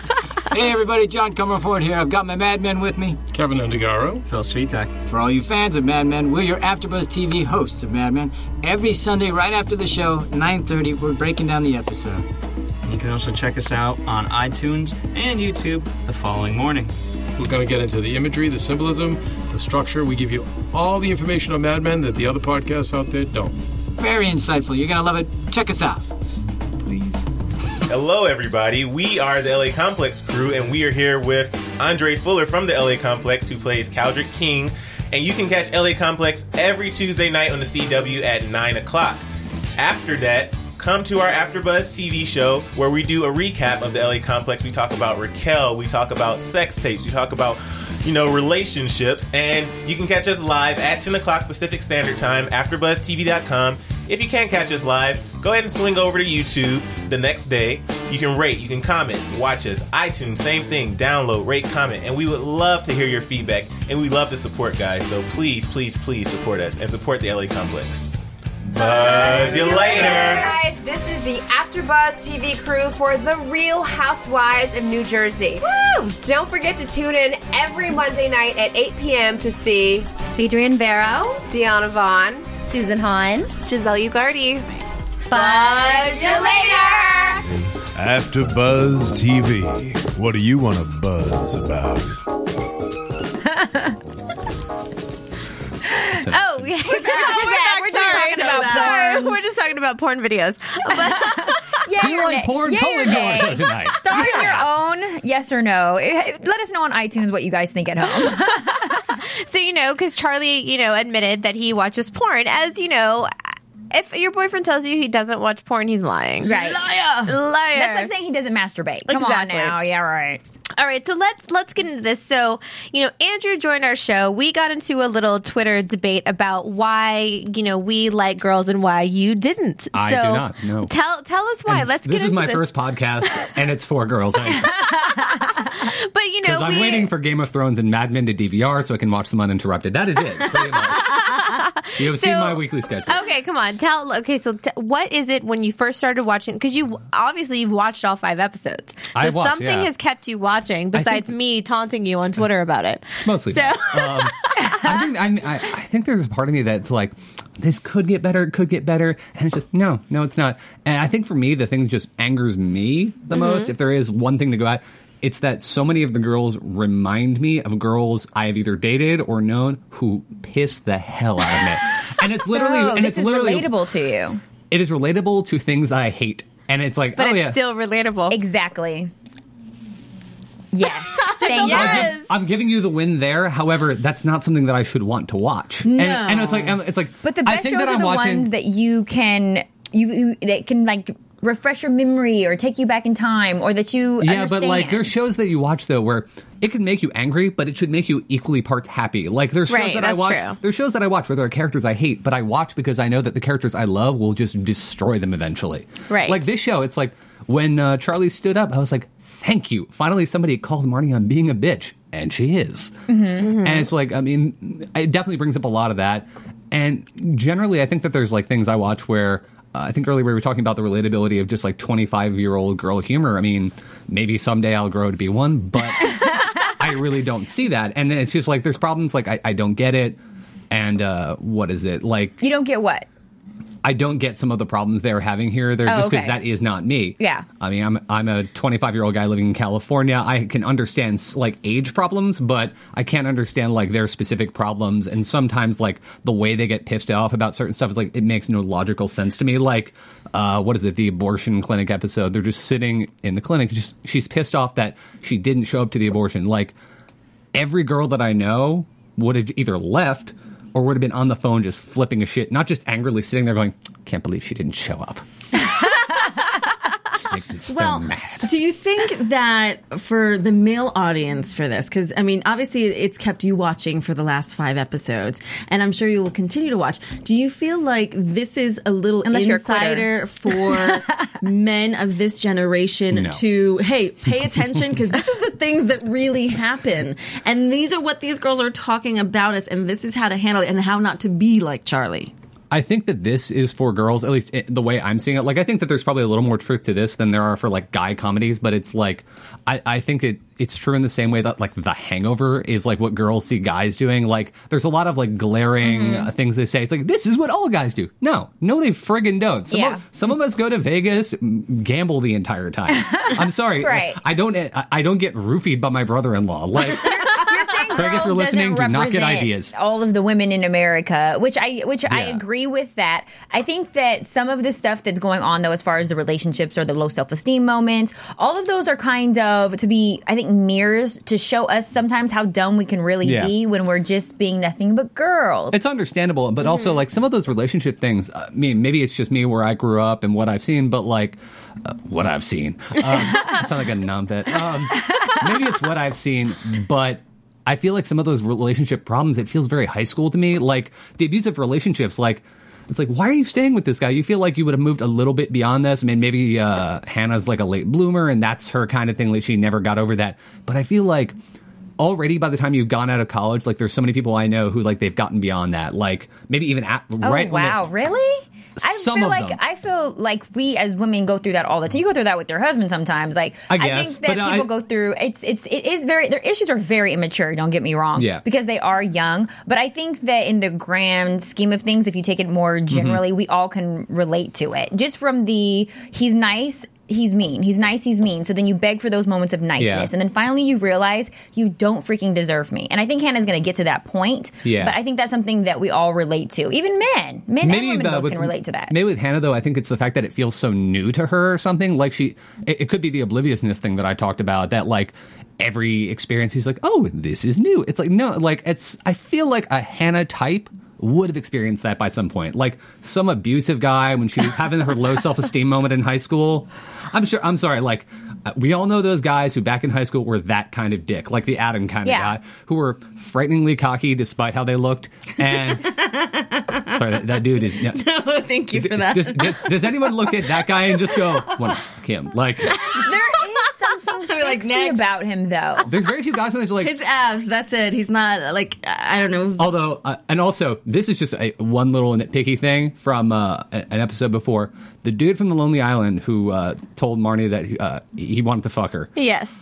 F: Hey everybody, John Comerford here. I've got my Mad Men with me.
G: Kevin Undergaro. Phil Svitek.
F: For all you fans of Mad Men, we're your AfterBuzz TV hosts of Mad Men. Every Sunday, right after the show, 9:30, we're breaking down the episode.
G: You can also check us out on iTunes and YouTube the following morning. We're going to get into the imagery, the symbolism, the structure. We give you all the information on Mad Men that the other podcasts out there don't.
F: Very insightful. You're gonna love it. Check us out.
H: Hello, everybody. We are the LA Complex crew, and we are here with Andre Fuller from the LA Complex, who plays Caldrick King. And you can catch LA Complex every Tuesday night on the CW at 9 o'clock. After that, come to our AfterBuzz TV show where we do a recap of the LA Complex. We talk about Raquel, we talk about sex tapes, we talk about you know relationships, and you can catch us live at 10 o'clock Pacific Standard Time, AfterBuzzTV.com. If you can't catch us live, go ahead and swing over to YouTube the next day. You can rate, you can comment, watch us. iTunes, same thing. Download, rate, comment, and we would love to hear your feedback. And we love to support guys, so please, please, please support us and support the LA Complex. Buzz you later.
I: Guys, this is the AfterBuzz TV crew for The Real Housewives of New Jersey. Woo! Don't forget to tune in every Monday night at 8 p.m. to see
J: Adrian Barrow,
I: Deanna Vaughn.
J: Susan Hahn.
I: Giselle
C: Oh
I: Ugardi. Buzz you later!
A: After Buzz TV, what do you want to buzz about?
B: Oh, yeah. we're,
C: back. We're just
B: Sorry.
C: talking about
B: Sorry. We're just talking about porn videos. But-
C: Yay
D: Do you
C: or
D: like
C: nay?
D: porn?
C: Yay
D: Call
C: or
D: into our
C: nay?
D: show tonight.
C: Start your own, yes or no. Eh, Let us know on iTunes what you guys think at home.
B: so, you know, because Charlie, you know, admitted that he watches porn. As you know, if your boyfriend tells you he doesn't watch porn, he's lying.
C: Right.
B: Liar. Liar.
C: That's like saying he doesn't masturbate. Come
B: Exactly.
C: on now, yeah, right.
B: All right, so let's let's get into this. So, you know, Andrew joined our show. We got into a little Twitter debate about why, you know, we like girls and why you didn't.
D: I
B: so
D: do not, no.
B: Tell tell us why.
D: And
B: let's
D: this
B: get
D: is
B: into
D: my
B: this.
D: first podcast, and it's four girls. Because
B: But you know,
D: I'm
B: we,
D: waiting for Game of Thrones and Mad Men to DVR so I can watch them uninterrupted. That is it. pretty much. You have seen
B: So-
D: my weekly schedule.
B: Okay, come on. Tell Okay, so t- what is it when you first started watching cuz you obviously you've watched all 5 episodes. So
D: I've watched,
B: something
D: yeah.
B: has kept you watching
D: think-
B: besides me taunting you on Twitter about it.
D: Mostly.
B: So
D: that. Um, I think I'm, I, I think there's a part of me that's like, this could get better, it could get better. And it's just, no, no, it's not. And I think for me, the thing that just angers me the
C: Mm-hmm.
K: Mhm.
D: most, if there is one thing to go at, it's that so many of the girls remind me of girls I have either dated or known who piss the hell out of me. and it's literally,
C: So,
D: and
C: this
D: it's
C: is
D: literally,
C: relatable to you,
D: it is relatable to things I hate. And it's like, oh yeah.
C: still relatable. Exactly. Yes. Thank you.
D: I'm giving you the win there. However, that's not something that I should want to watch.
C: No.
D: And, and it's like, and it's like,
C: But the
D: I
C: best
D: think
C: shows
D: that
C: are
D: I'm
C: the
D: watching.
C: ones that you can you, you that can like refresh your memory or take you back in time or that you
D: yeah,
C: understand.
D: but like there's shows that you watch though where it can make you angry, but it should make you equally parts happy. Like there's shows
C: Right,
D: that I
C: that's
D: watch.
C: true.
D: There's shows that I watch where there are characters I hate, but I watch because I know that the characters I love will just destroy them eventually.
B: Right.
D: Like this show, it's like when uh, Charlie stood up, I was like, "Thank you." Finally, somebody called Marnie on being a bitch, and she is. And it's like, I mean, it definitely brings up a lot of that. And generally, I think that there's like things I watch where uh, I think earlier we were talking about the relatability of just like 25 year old girl humor. I mean, maybe someday I'll grow to be one, but I really don't see that. And it's just like there's problems like I, I don't get it. And uh, what is it? Like,
C: you don't get what?
D: I don't get some of the problems they're having here. They're
C: Oh,
D: just because
C: okay.
D: that is not me.
C: Yeah.
D: I mean, I'm I'm a 25 year old guy living in California. I can understand s- like age problems, but I can't understand like their specific problems. And sometimes like the way they get pissed off about certain stuff is like it makes no logical sense to me. Like, uh, what is it? The abortion clinic episode. They're just sitting in the clinic. Just she's pissed off that she didn't show up to the abortion. Like every girl that I know would have either left or would have been on the phone just flipping a shit, not just angrily sitting there going, "Can't believe she didn't show up." Just makes me so
E: Well,
D: mad.
E: do you think that for the male audience for this, because I mean, obviously it's kept you watching for the last five episodes, and I'm sure you will continue to watch. Do you feel like this is a little
C: Unless you're a quitter.
E: insider for men of this generation
C: No.
E: to hey, pay attention because this is the things that really happen, and these are what these girls are talking about us, and this is how to handle it, and how not to be like Charlie.
D: I think that this is for girls, at least eh, the way I'm seeing it. Like, I think that there's probably a little more truth to this than there are for like guy comedies, but it's like, I, I think it it's true in the same way that like The Hangover is like what girls see guys doing. Like, there's a lot of like glaring
C: Mm-hmm.
K: Mhm.
D: uh, things they say. It's like this is what all guys do. No, no, they friggin' don't. Some
K: Yeah.
D: of, some of us go to Vegas, m- gamble the entire time. I'm sorry,
C: Right.
D: I don't eh, I I don't get roofied by my brother-in-law. Like.
C: You're saying
D: Craig, if
C: girls
D: you're listening,
C: doesn't
D: do not get
C: represent
D: ideas.
C: All of the women in America, which I which I
D: Yeah.
C: agree with that. I think that some of the stuff that's going on though, as far as the relationships or the low self esteem moments, all of those are kind of to be I think mirrors to show us sometimes how dumb we can really
D: Yeah.
C: be when we're just being nothing but girls.
D: It's understandable, but also like some of those relationship things. uh, I mean, maybe it's just me where I grew up and what I've seen, but like uh, what I've seen. Um, I sound like a numbit. Um, maybe it's what I've seen, but. I feel like some of those relationship problems, it feels very high school to me. Like the abusive relationships, like it's like, why are you staying with this guy? You feel like you would have moved a little bit beyond this. I mean, maybe uh, Hannah's like a late bloomer and that's her kind of thing. Like she never got over that. But I feel like already by the time you've gone out of college, like there's so many people I know who like they've gotten beyond that. Like maybe even at
C: Oh
D: right. when they-
C: wow, really? I
D: Some
C: feel
D: of
C: like
D: them.
C: I feel like we as women go through that all the time. You go through that with your husband sometimes. Like
D: I guess,
C: think that
D: but I-
C: people go through it's it's it is very their issues are very immature, don't get me wrong.
D: Yeah.
C: Because they are young. But I think that in the grand scheme of things, if you take it
D: Mm-hmm.
C: more generally, we all can relate to it. Just from the he's nice He's mean. He's nice. He's mean. So then you beg for those moments of niceness, and then finally you realize you don't freaking deserve me. And I think Hannah's going to get to that point.
D: Yeah.
C: But I think that's something that we all relate to, even men. Men and women
D: uh,
C: both can relate to that.
D: Maybe with Hannah though, I think it's the fact that it feels so new to her or something. Like she, it, it could be the obliviousness thing that I talked about. That like every experience, she's like, oh, this is new. It's like no, like it's. I feel like a Hannah type would have experienced that by some point. Like some abusive guy when she was having her low self esteem moment in high school. I'm sure. I'm sorry. Like uh, we all know those guys who back in high school were that kind of dick, like the Adam kind
K: Yeah.
D: of guy, who were frighteningly cocky despite how they looked and. Sorry, that, that dude is. yeah.
E: No, thank you for that.
D: Does, does, does anyone look at that guy and just go, "What, him?" Like,
C: there is something sexy about him, though.
D: there's very few guys on this. Like,
E: His abs. That's it. He's not like I don't know.
D: although, uh, and also, this is just a, one little nitpicky thing from uh, a- an episode before. The dude from the Lonely Island who uh, told Marnie that uh, he wanted to fuck her.
B: Yes.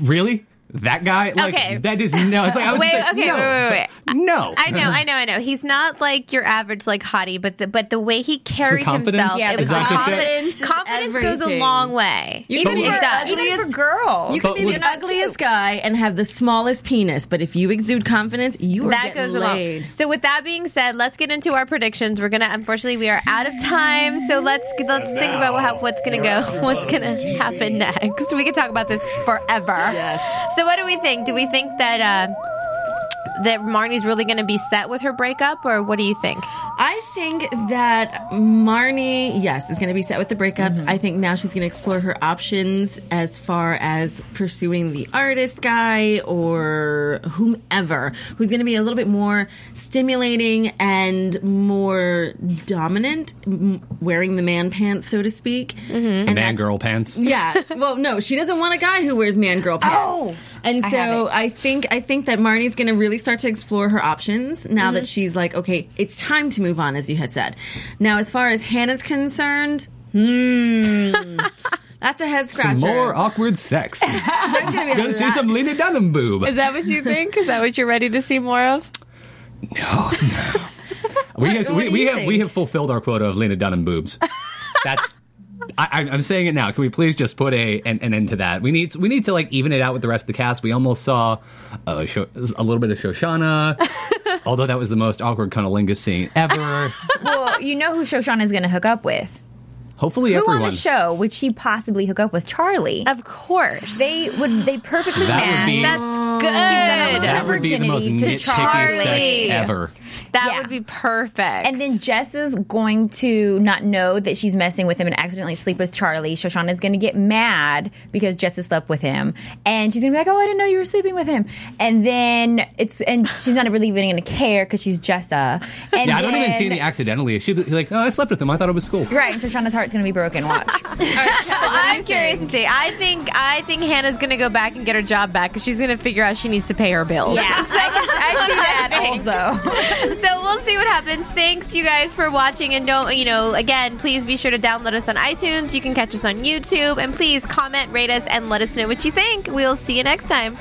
D: Really? that guy. Like,
B: Okay.
D: That is no. It's like I was
B: wait,
D: just like,
B: okay,
D: no,
B: wait, wait, wait.
D: No.
B: I know, I know, I know. He's not like your average like hottie, but the, but the way he carried
D: confidence?
B: himself,
D: Yeah,
B: it
D: the
B: was like
D: confidence.
B: confidence. Confidence goes a
E: everything.
B: long way.
E: You could
B: Even
E: be
B: if
E: the
B: it does.
E: ugliest
C: girl.
E: You could
D: But
E: be
D: would-
E: the ugliest guy and have the smallest penis, but if you exude confidence, you are
B: that
E: getting
B: goes
E: laid.
B: along. So with that being said, let's get into our predictions. We're gonna unfortunately we are out of time, so let's let's think about how, what's gonna go, what's gonna happen next. We could talk about this forever. Yes. So what do we think? Do we think that uh, that Marnie's really gonna be set with her breakup, or what do you think?
E: I think that Marnie, yes, is going to be set with the breakup. I think now she's going to explore her options as far as pursuing the artist guy or whomever who's going to be a little bit more stimulating and more dominant, m- wearing the man pants, so to speak. Mm-hmm.
D: man girl pants.
E: Yeah. Well, no, she doesn't want a guy who wears man girl pants.
D: Oh,
E: and
D: I
E: so I, think I think that Marnie's going to really start to explore her options now that
D: Mhm.
E: she's like, okay, it's time to move on, as you had said. Now, as far as Hannah's concerned, hmm, that's a head
D: Some
E: scratcher.
D: more awkward sex.
E: There's gonna be a
D: Gonna see
E: lot-
D: some Lena Dunham boob.
B: Is that what you think? Is that what you're ready to see more of? what
D: we have, we,
B: do
D: we
B: you
D: have we
B: think?
D: have fulfilled our quota of Lena Dunham boobs. That's. I, I'm- I'm saying it now. Can we please just put a an, an end to that? We need we need to like even it out with the rest of the cast. We almost saw uh, Sho- a little bit of Shoshana, although that was the most awkward cunnilingus scene ever.
C: well, you know who Shoshana's going to hook up with.
D: Hopefully,
C: who
D: everyone
C: on the show would she possibly hook up with? Charlie.
B: Of course.
C: They would. They perfectly
D: That would
C: match.
D: be- That's
B: good.
D: That would be the most
C: virginity to
D: nitpicky sex
C: Charlie.
D: ever.
B: That would be perfect.
C: And then Jess is going to not know that she's messing with him and accidentally sleep with Charlie. Shoshana's going to get mad because Jess has slept with him, and she's going to be like, "Oh, I didn't know you were sleeping with him." And then it's and she's not really even going to care because she's Jessa. And
D: yeah, I don't even see
C: then-
D: any accidentally. She'd be like, oh, I slept with him. I thought it was cool.
C: Right, and Shoshana's heart's going to be broken. Watch.
B: Well, I'm curious to see. I think I think Hannah's gonna go back and get her job back because she's gonna figure out she needs to pay her bills.
C: Yeah,
B: so, I
C: see that
B: also. so we'll see what happens. Thanks you guys for watching, and don't you know again, please be sure to download us on iTunes. You can catch us on YouTube, and please comment, rate us, and let us know what you think. We'll see you next time.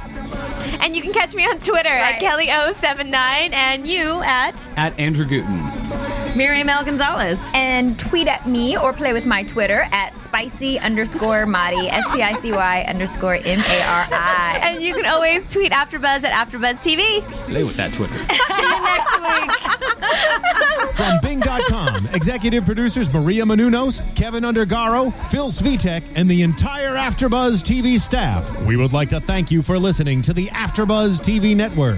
B: And you can catch me on Twitter at Kelly079 and you at
D: At Andrew Guten.
C: Miriam L. Gonzalez. And tweet at me or play with my Twitter at spicy underscore Mari, S P I C Y underscore M A R I.
B: And you can always tweet AfterBuzz at AfterBuzz TV.
D: Play with that Twitter.
B: See you next week.
A: From Bing.com, executive producers Maria Manunos, Kevin Undergaro, Phil Svitek, and the entire Afterbuzz TV staff. We would like to thank you for listening to the Afterbuzz TV network.